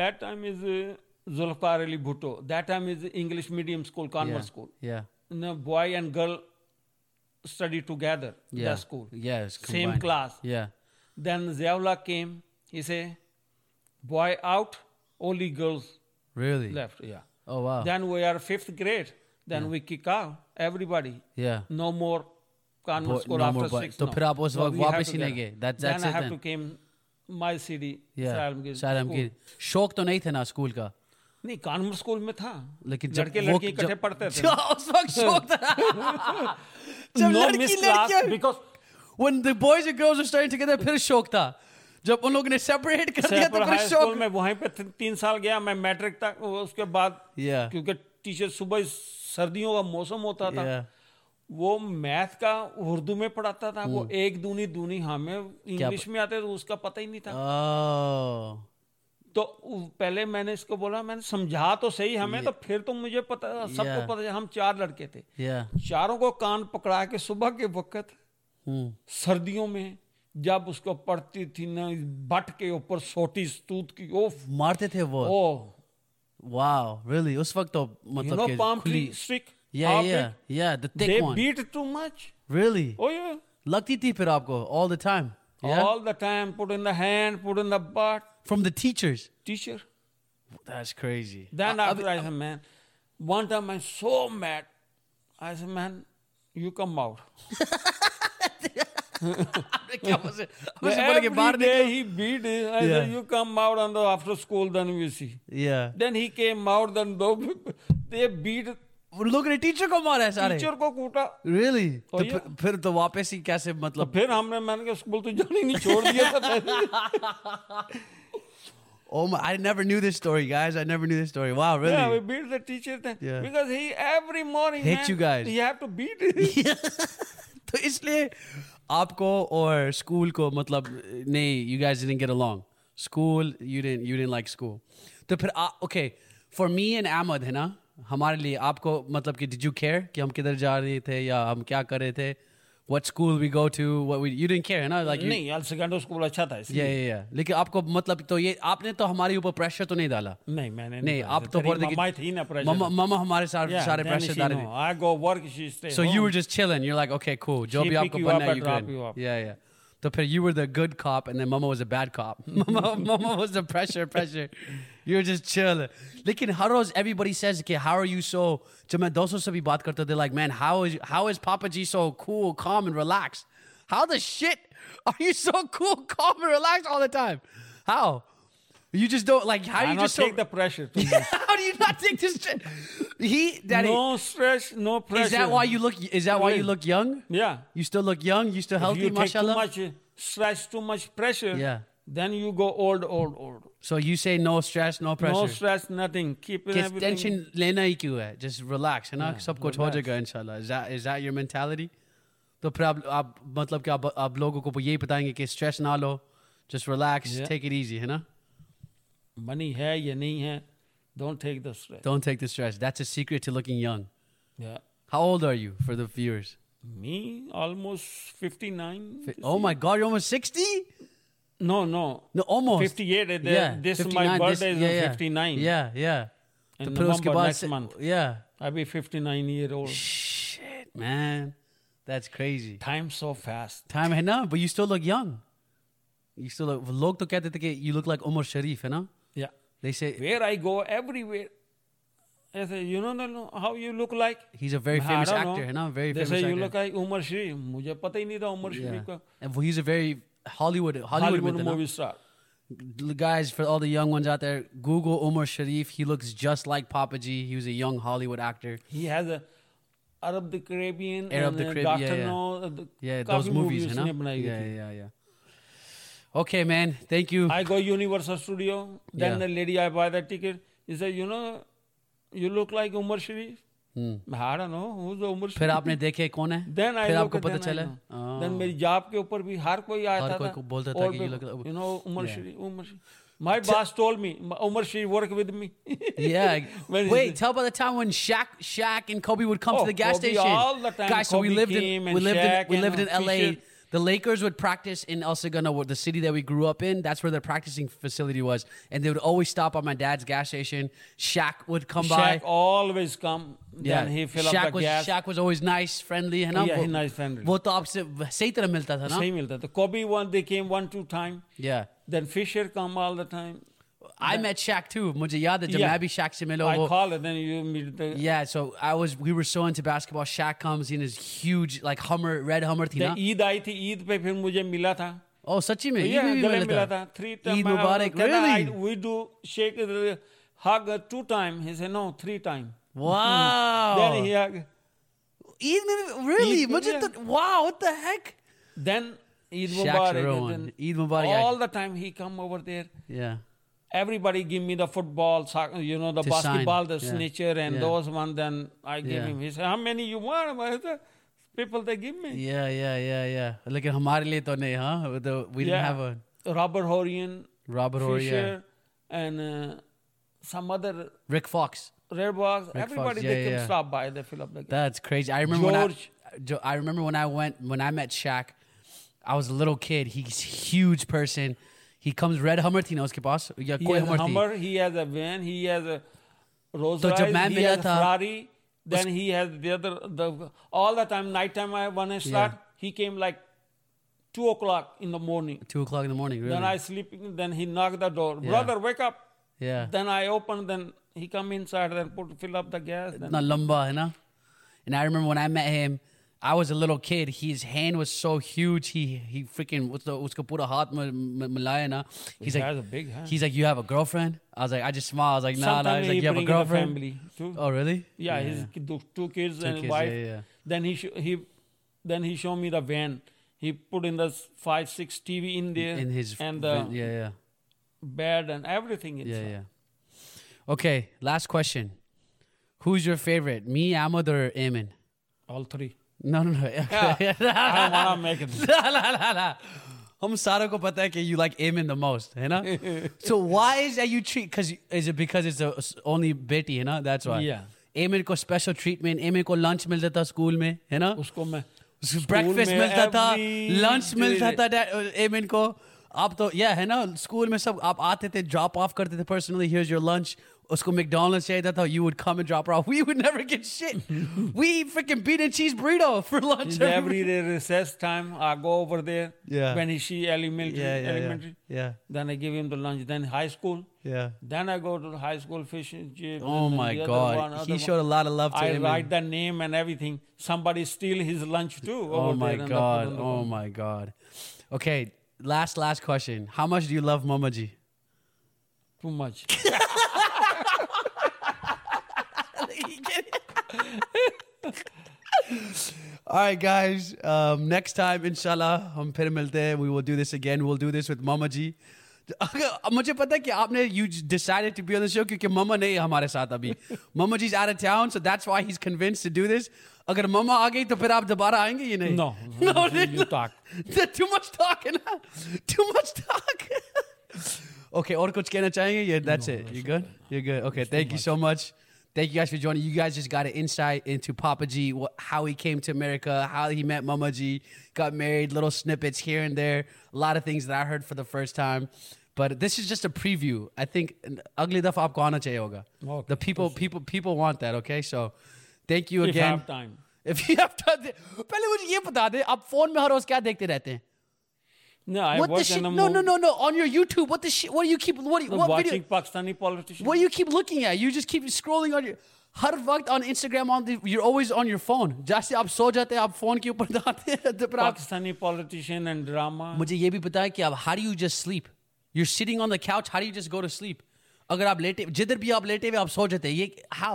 Speaker 1: that time is uh, Zulfikar Ali Bhutto. That time is English medium school, convert school.
Speaker 2: Yeah
Speaker 1: No boy and girl study together
Speaker 2: yeah
Speaker 1: the school.
Speaker 2: yes
Speaker 1: Same class.
Speaker 2: Yeah
Speaker 1: Then Ziaullah came. He say, boy out, only girls
Speaker 2: really
Speaker 1: left. Yeah.
Speaker 2: oh wow
Speaker 1: Then we are fifth grade. Then we kick out everybody.
Speaker 2: या
Speaker 1: no more convent
Speaker 2: Boy-
Speaker 1: school
Speaker 2: no
Speaker 1: after
Speaker 2: more boy-
Speaker 1: six.
Speaker 2: तो
Speaker 1: no.
Speaker 2: फिर आप उस
Speaker 1: No,
Speaker 2: वक्त
Speaker 1: we have
Speaker 2: वापस
Speaker 1: to
Speaker 2: ही नहीं
Speaker 1: get-
Speaker 2: गए। That- that's
Speaker 1: then I
Speaker 2: it
Speaker 1: have
Speaker 2: then.
Speaker 1: to came my city
Speaker 2: या
Speaker 1: Salimgir
Speaker 2: शायद
Speaker 1: school.
Speaker 2: हमकी शौक तो नहीं थे ना स्कूल का
Speaker 1: नहीं कानपुर स्कूल में था
Speaker 2: लेकिन जब
Speaker 1: लड़के
Speaker 2: वो
Speaker 1: लड़के इकट्ठे
Speaker 2: जब- हाँ,
Speaker 1: पढ़ते थे
Speaker 2: उस वक्त शौक था जब
Speaker 1: No
Speaker 2: लड़की
Speaker 1: miss class
Speaker 2: लड़कियां
Speaker 1: because
Speaker 2: when the boys and girls were starting together फिर शौक था जब उन लोगों ने सेपरेट कर दिया तो
Speaker 1: सैफपुर
Speaker 2: फिर
Speaker 1: हाई स्कूल
Speaker 2: शौक
Speaker 1: में वहीं पे थ- तीन साल गया मैं मैट्रिक तक वो उसके बाद
Speaker 2: या
Speaker 1: क्योंकि टीचर सुबह सर्दियों का मौसम होता था
Speaker 2: या
Speaker 1: वो मैथ का उर्दू में पढ़ाता था
Speaker 2: Hmm.
Speaker 1: वो एक दूनी दूनी हमें इंग्लिश में आते तो उसका पता ही नहीं था
Speaker 2: Oh.
Speaker 1: तो उ- पहले मैंने इसको बोला मैंने समझा तो सही हमें तो फिर तो मुझे पता सबको
Speaker 2: Yeah.
Speaker 1: पता चला, हम चार लड़के थे
Speaker 2: Yeah.
Speaker 1: चारों को कान पकड़ा के सुबह के वक्त
Speaker 2: Hmm.
Speaker 1: सर्दियों में जब उसको पड़ती थी ना इस बट के ऊपर सोटी स्तूत की ओफ
Speaker 2: मारते थे वो
Speaker 1: ओ
Speaker 2: वाओ रियली उस वक्त तो
Speaker 1: यू नो
Speaker 2: मतलब
Speaker 1: पाम ट्री स्टिक
Speaker 2: या या yeah the
Speaker 1: they
Speaker 2: thick one
Speaker 1: beat too much
Speaker 2: really
Speaker 1: oh you
Speaker 2: लगती थी फिर आपको all the time yeah
Speaker 1: all the time put in the hand put in the butt
Speaker 2: from the teachers
Speaker 1: teacher
Speaker 2: that's crazy
Speaker 1: Then after
Speaker 2: uh,
Speaker 1: I said, man, one time I'm so mad. I said, man, you come out.
Speaker 2: क्या मजे
Speaker 1: Every
Speaker 2: मजे बोल के बाहर
Speaker 1: day he beat it. I said,
Speaker 2: Yeah.
Speaker 1: you come out on the after school, then we see.
Speaker 2: या
Speaker 1: Then he came out, then though they beat
Speaker 2: लोग ने teacher को मारा है सारे
Speaker 1: टीचर को कूटा
Speaker 2: रियली
Speaker 1: Oh,
Speaker 2: तो
Speaker 1: yeah.
Speaker 2: फिर- फिर तो वापस ही कैसे
Speaker 1: तो
Speaker 2: मतलब
Speaker 1: फिर हमने मैंने कहा स्कूल तो जाने नहीं छोड़ दिया था
Speaker 2: oh my I never knew this story guys I never knew this story wow
Speaker 1: yeah, we
Speaker 2: really
Speaker 1: beat the teacher then
Speaker 2: Yeah.
Speaker 1: because he every morning
Speaker 2: Hate
Speaker 1: man,
Speaker 2: you guys.
Speaker 1: you have to beat it.
Speaker 2: तो इसलिए आपको और school को मतलब नहीं you guys didn't get along school you didn't you didn't like school तो फिर आ, okay for me and Ahmad है ना हमारे लिए आपको मतलब कि did you care कि हम किधर जा रहे थे या हम क्या कर रहे थे what school we go to what we you didn't care है ना like you,
Speaker 1: नहीं यार सेकेंडरी स्कूल अच्छा था इसलिए
Speaker 2: yeah yeah yeah लेकिन आपको मतलब तो ये आपने तो हमारे ऊपर प्रेशर तो नहीं डाला
Speaker 1: नहीं मैंने
Speaker 2: नहीं
Speaker 1: कहा
Speaker 2: आप
Speaker 1: था।
Speaker 2: तो
Speaker 1: तेरी
Speaker 2: बोल
Speaker 1: मम्मा थी ना
Speaker 2: देखिए
Speaker 1: pressure
Speaker 2: मम्मा मम्मा हमारे सारे
Speaker 1: Yeah,
Speaker 2: सारे
Speaker 1: then
Speaker 2: प्रेशर
Speaker 1: she
Speaker 2: डाले
Speaker 1: know. I go work, she stay.
Speaker 2: So you
Speaker 1: home.
Speaker 2: were just chilling. You're like, okay, cool. जो
Speaker 1: She
Speaker 2: भी
Speaker 1: Oh. pick
Speaker 2: आपको
Speaker 1: you
Speaker 2: बनना
Speaker 1: up
Speaker 2: है,
Speaker 1: and
Speaker 2: you
Speaker 1: drop
Speaker 2: can.
Speaker 1: you up.
Speaker 2: Yeah, yeah. तो फिर you were the good cop and then mama was a bad cop. mama, mama was the pressure, pressure. You were just chill. लेकिन हर रोज everybody says कि how are you so जब मैं दोस्तों से भी बात करता they're like man how is how is Papa G so cool, calm and relaxed? How the shit are you so cool, calm and relaxed all the time? How? You just don't like how
Speaker 1: I
Speaker 2: you
Speaker 1: not
Speaker 2: just so,
Speaker 1: take the pressure. too much.
Speaker 2: how do you not take this shit? He daddy
Speaker 1: no stress, no pressure.
Speaker 2: is that why you look? Is that why you
Speaker 1: Really?
Speaker 2: look young?
Speaker 1: Yeah.
Speaker 2: You still look young. You still
Speaker 1: If
Speaker 2: healthy,
Speaker 1: you take too
Speaker 2: mashallah.
Speaker 1: much uh, stress, too much pressure.
Speaker 2: Yeah.
Speaker 1: Then you go old, old, old.
Speaker 2: So you say no stress, no pressure.
Speaker 1: No stress, nothing. Keep it
Speaker 2: Just
Speaker 1: everything.
Speaker 2: tension lena hi kyun hai? Just relax, है ना? सब कुछ हो
Speaker 1: relax.
Speaker 2: जाएगा इंशाल्लाह. Is that is that your mentality? तो फिर आप आप मतलब कि आप आप लोगों को यही बताएंगे कि stress ना लो, just relax,
Speaker 1: Yeah.
Speaker 2: take it easy, है ना?
Speaker 1: Money hai ya nahi hai. Don't take the stress.
Speaker 2: Don't take the stress. That's a secret to looking young.
Speaker 1: Yeah.
Speaker 2: How old are you for the viewers?
Speaker 1: Me almost 59.
Speaker 2: Fi- Oh my God, you're almost sixty.
Speaker 1: No, no.
Speaker 2: No, almost.
Speaker 1: 58. uh, the-
Speaker 2: Yeah,
Speaker 1: This my
Speaker 2: 59,
Speaker 1: birthday is on
Speaker 2: yeah, yeah.
Speaker 1: 59.
Speaker 2: Yeah, yeah.
Speaker 1: In
Speaker 2: फिर उसके
Speaker 1: November
Speaker 2: बाद
Speaker 1: next
Speaker 2: से-
Speaker 1: month.
Speaker 2: Yeah.
Speaker 1: I'll be 59 year old.
Speaker 2: Shit, man. That's crazy.
Speaker 1: Time so fast.
Speaker 2: Time है ना, but you still look young. You still look, लोग तो कहते थे कि you look like Omar Sharif है ना?
Speaker 1: Yeah.
Speaker 2: They say
Speaker 1: where I go, everywhere. I say, you don't know how you look like.
Speaker 2: he's a very
Speaker 1: I
Speaker 2: famous
Speaker 1: don't know.
Speaker 2: actor है ना, very
Speaker 1: They
Speaker 2: famous
Speaker 1: say you
Speaker 2: actor.
Speaker 1: look like Umar Sharif. मुझे पता ही नहीं था Omar Sharif
Speaker 2: yeah.
Speaker 1: का
Speaker 2: And he's a very Hollywood Hollywood,
Speaker 1: Hollywood
Speaker 2: में था ना?
Speaker 1: Movie star
Speaker 2: guys for all the young ones out there. Google Omar Sharif. He looks just like Papa G. He was a young Hollywood actor.
Speaker 1: He has a Arab the Caribbean
Speaker 2: Arab the Caribbean,
Speaker 1: doctor
Speaker 2: yeah, yeah.
Speaker 1: No
Speaker 2: Yeah, those movies है ना?
Speaker 1: उसने बनाई
Speaker 2: Yeah,
Speaker 1: हुई
Speaker 2: yeah, yeah. Okay, man. Thank you.
Speaker 1: I go Universal studio then
Speaker 2: Yeah.
Speaker 1: The lady I buy the ticket he say you know you look like Omar
Speaker 2: Hmm.
Speaker 1: Sharif I don't know who is Omar
Speaker 2: फिर आपने देखे कौन है?
Speaker 1: Then I
Speaker 2: फिर आपको पता चला? Oh.
Speaker 1: Then मेरी जॉब के ऊपर भी हर कोई
Speaker 2: हर
Speaker 1: आता
Speaker 2: कोई
Speaker 1: था
Speaker 2: को बोलता था कि you look like-
Speaker 1: you know Omar Sharif Omar Sharif my boss told me Omar Sharif work with me
Speaker 2: अच्छा। Yeah.
Speaker 1: When is
Speaker 2: Wait,
Speaker 1: it?
Speaker 2: tell about the time when Shaq, Shaq and Kobe would come to
Speaker 1: Oh,
Speaker 2: the gas
Speaker 1: Kobe
Speaker 2: station.
Speaker 1: all the time.
Speaker 2: Guys, so we
Speaker 1: Kobe
Speaker 2: lived
Speaker 1: came
Speaker 2: in we
Speaker 1: and
Speaker 2: lived in
Speaker 1: Shaq
Speaker 2: we
Speaker 1: and
Speaker 2: lived in LA.
Speaker 1: Fisher.
Speaker 2: The Lakers would practice in El Segundo, where the city that we grew up in. That's where their practicing facility was, and they would always stop at my dad's gas station. Shaq would come by.
Speaker 1: Shaq always come
Speaker 2: Yeah,
Speaker 1: then he fill
Speaker 2: Shaq
Speaker 1: up the
Speaker 2: was
Speaker 1: gas
Speaker 2: Shaq was always nice, friendly, है ना?
Speaker 1: Yeah,
Speaker 2: वो-
Speaker 1: he nice, friendly.
Speaker 2: वो तो आपसे सही तरह मिलता था ना?
Speaker 1: सही मिलता था Kobe one they came one two time
Speaker 2: Yeah.
Speaker 1: then Fisher come all the time
Speaker 2: I met Shaq too. मुझे याद है जब
Speaker 1: Yeah.
Speaker 2: मैं भी Shaq से मिला
Speaker 1: I
Speaker 2: वो-
Speaker 1: call it then you meet the
Speaker 2: Yeah, so I was. We were so into basketball. Shaq comes in his huge, like Hummer, red Hummer. थी
Speaker 1: then
Speaker 2: ना?
Speaker 1: ईद आई थी ईद पे फिर मुझे मिला था
Speaker 2: Oh, सच्ची में?
Speaker 1: E-
Speaker 2: ईद
Speaker 1: Yeah,
Speaker 2: में भी
Speaker 1: गले
Speaker 2: मिला
Speaker 1: मिला
Speaker 2: था?
Speaker 1: था three time
Speaker 2: ईद
Speaker 1: I-
Speaker 2: मुबारक.
Speaker 1: कहता, I-
Speaker 2: Really?
Speaker 1: we do shake the hug two time he said no three time then he
Speaker 2: Wow.
Speaker 1: hug
Speaker 2: Eid में भी- really?
Speaker 1: ईद में
Speaker 2: मुझे
Speaker 1: भी-
Speaker 2: तो wow, what the heck?
Speaker 1: Then Eid
Speaker 2: Shaq's
Speaker 1: Mubarak.
Speaker 2: ruined.
Speaker 1: and then
Speaker 2: Eid Mubarak, I-
Speaker 1: All the time he come over there.
Speaker 2: Yeah.
Speaker 1: Everybody give me the football, soc- you know, the
Speaker 2: To sign.
Speaker 1: basketball, the
Speaker 2: Yeah.
Speaker 1: snitcher, and
Speaker 2: Yeah.
Speaker 1: those one. Then I give
Speaker 2: Yeah.
Speaker 1: him. He said, "How many you want?" I said, "People they give me."
Speaker 2: Yeah, yeah, yeah, yeah. लेकिन हमारे लिए तो नहीं, huh? The- We didn't
Speaker 1: Yeah.
Speaker 2: have a
Speaker 1: Robert Horian,
Speaker 2: Robert Horry, yeah.
Speaker 1: Fisher, and uh, some other
Speaker 2: Rick Fox.
Speaker 1: red box.
Speaker 2: Fox,
Speaker 1: Everybody
Speaker 2: yeah,
Speaker 1: they can
Speaker 2: yeah.
Speaker 1: stop by. They fill up the game.
Speaker 2: That's crazy. I remember when I-
Speaker 1: George.
Speaker 2: Jo- I remember when I went when I met Shaq, I was a little kid. He's huge person. He comes red Hummer थी ना उसके पास या
Speaker 1: He
Speaker 2: कोई
Speaker 1: has a
Speaker 2: Hummer थी
Speaker 1: Hummer, he has a van, he has a Rolls
Speaker 2: तो जब
Speaker 1: Royce,
Speaker 2: मैं
Speaker 1: he
Speaker 2: मिला
Speaker 1: has a
Speaker 2: था,
Speaker 1: Ferrari, then he has the other the all the time night time I when I start, he came like two o'clock in the morning.
Speaker 2: two o'clock in the morning
Speaker 1: Then I
Speaker 2: really
Speaker 1: sleeping, then he knocked the door. Brother, wake up.
Speaker 2: yeah
Speaker 1: Then I open, then he come inside, then put fill up the gas. Then
Speaker 2: not lumba you know and I remember when I met him I was a little kid his hand was so huge he he freaking what's the उसका पूरा हाथ में में- मिलाया ना he's
Speaker 1: he
Speaker 2: like
Speaker 1: has a big hand.
Speaker 2: he's like you have a girlfriend I was like I just smiled I was like nah nah
Speaker 1: Sometime
Speaker 2: he's like
Speaker 1: he
Speaker 2: you have a
Speaker 1: bring the
Speaker 2: girlfriend
Speaker 1: family too.
Speaker 2: oh really
Speaker 1: yeah, his ki- those two kids and
Speaker 2: kids,
Speaker 1: wife.
Speaker 2: yeah, yeah.
Speaker 1: Then he sho he, then he showed me the van. He put in the s- five six TV in there
Speaker 2: in his
Speaker 1: and uh, the
Speaker 2: yeah yeah
Speaker 1: bed and everything.
Speaker 2: Yeah,
Speaker 1: Inside.
Speaker 2: yeah. Okay, last question. Who's your favorite? Me, Ahmad, or Eamon?
Speaker 1: all three.
Speaker 2: No, no, no.
Speaker 1: Yeah, I don't wanna make it.
Speaker 2: la, la, la, la. हम सारों को पता है कि you like Eamon the most, है ना? so why is that you treat? Cause is it because it's a only बेटी है ना? That's why.
Speaker 1: Yeah.
Speaker 2: Eamon को special treatment, Eamon को lunch मिलता था school में, है ना?
Speaker 1: उसको मैं
Speaker 2: breakfast
Speaker 1: में
Speaker 2: मिलता था
Speaker 1: every
Speaker 2: lunch
Speaker 1: day-
Speaker 2: मिलता था एमिन को आप तो या है ना स्कूल में सब आप आते थे ड्रॉप ऑफ करते थे पर्सनली हियर योर लंच उसको मैकडॉनल्ड्स चाहिए था you would come and drop her off we would never get shit we freaking beat and cheese burrito for lunch
Speaker 1: Is every day recess time, I go over there.
Speaker 2: Yeah.
Speaker 1: When he she elementary,
Speaker 2: yeah yeah
Speaker 1: elementary,
Speaker 2: yeah yeah
Speaker 1: then I give him the lunch. Then high school,
Speaker 2: yeah
Speaker 1: then I go to the high school fish and chip.
Speaker 2: oh
Speaker 1: and then
Speaker 2: my
Speaker 1: the other
Speaker 2: god
Speaker 1: one, other
Speaker 2: he
Speaker 1: one.
Speaker 2: showed a lot of love to
Speaker 1: I
Speaker 2: him
Speaker 1: write the name and everything. Somebody steal his lunch too.
Speaker 2: oh
Speaker 1: over
Speaker 2: my
Speaker 1: there and
Speaker 2: god
Speaker 1: put on the-
Speaker 2: oh my god okay last last question how much do you love mama ji
Speaker 1: Too much.
Speaker 2: All right, guys. Um, next time, inshallah, हम फिर मिलते हैं. We will do this again. We'll do this with Mama Ji. अगर- मुझे पता है कि आपने you decided to be on the show क्योंकि Mama नहीं है हमारे साथ अभी. Mama Ji's out of town, so that's why he's convinced to do this. अगर Mama आ गई तो फिर आप दोबारा आएंगे ये नहीं?
Speaker 1: No.
Speaker 2: no,
Speaker 1: You- you talk.
Speaker 2: Too much talk, है ना? Too much talk. okay, और कुछ कहना चाहेंगे? Yeah, that's it. You good? You're good. Okay, thank you so much. Thank you guys for joining. You guys just got an insight into Papa G, wh- how he came to America, how he met Mama G, got married, little snippets here and there, a lot of things that I heard for the first time. But this is just a preview. I think ugly daf aapko aana chahiye hoga.
Speaker 1: Okay,
Speaker 2: The people, people, people want that. Okay, so thank you
Speaker 1: If I
Speaker 2: again.
Speaker 1: have time.
Speaker 2: If you have time, पहले मुझे ये बता दे आप phone में हर रोज क्या देखते रहते हैं
Speaker 1: No, I
Speaker 2: what the
Speaker 1: work
Speaker 2: shit?
Speaker 1: in a
Speaker 2: No, no,
Speaker 1: movie.
Speaker 2: no, no. On your YouTube, what the shit? What do you keep? What, do you-
Speaker 1: I'm
Speaker 2: what
Speaker 1: watching
Speaker 2: video?
Speaker 1: Pakistani politicians.
Speaker 2: What do you keep looking at? You just keep scrolling on your. हर वक्त on Instagram on the, you're always on your phone. जैसे आप सो जाते हैं आप phone के ऊपर जाते हैं तो फिर आप
Speaker 1: Pakistani politician and drama.
Speaker 2: मुझे ये भी पता है कि आप how do you just sleep? You're sitting on the couch. How do you just go to sleep? अगर आप लेटे जिधर भी आप लेटे हुए आप सो जाते हैं ये how?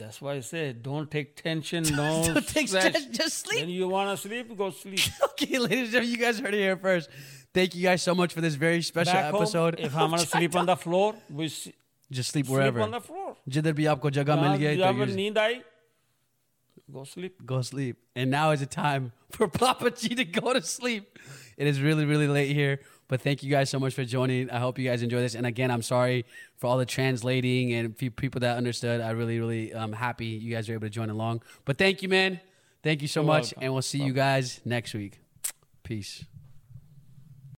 Speaker 1: That's why I say don't take tension. No,
Speaker 2: Don't take
Speaker 1: stress.
Speaker 2: stress, just sleep.
Speaker 1: When you wanna sleep, go sleep.
Speaker 2: okay, ladies and gentlemen, you guys heard it here first. Thank you guys so much for this very special
Speaker 1: Back
Speaker 2: episode.
Speaker 1: home, if I'm gonna sleep on the floor, we s-
Speaker 2: just sleep
Speaker 1: sleep
Speaker 2: wherever.
Speaker 1: on the floor.
Speaker 2: जिधर भी आपको जगह मिल गई तो
Speaker 1: जब
Speaker 2: you just
Speaker 1: नींद आई, go sleep.
Speaker 2: go sleep. And now is the time for Papa G to go to sleep. It is really, really late here. But thank you guys so much for joining. I hope you guys enjoy this. And again, I'm sorry for all the translating and few people that understood. I really, really am happy you guys were able to join along. But thank you, man. Thank you so much.
Speaker 1: welcome.
Speaker 2: And we'll see you guys next week. Peace.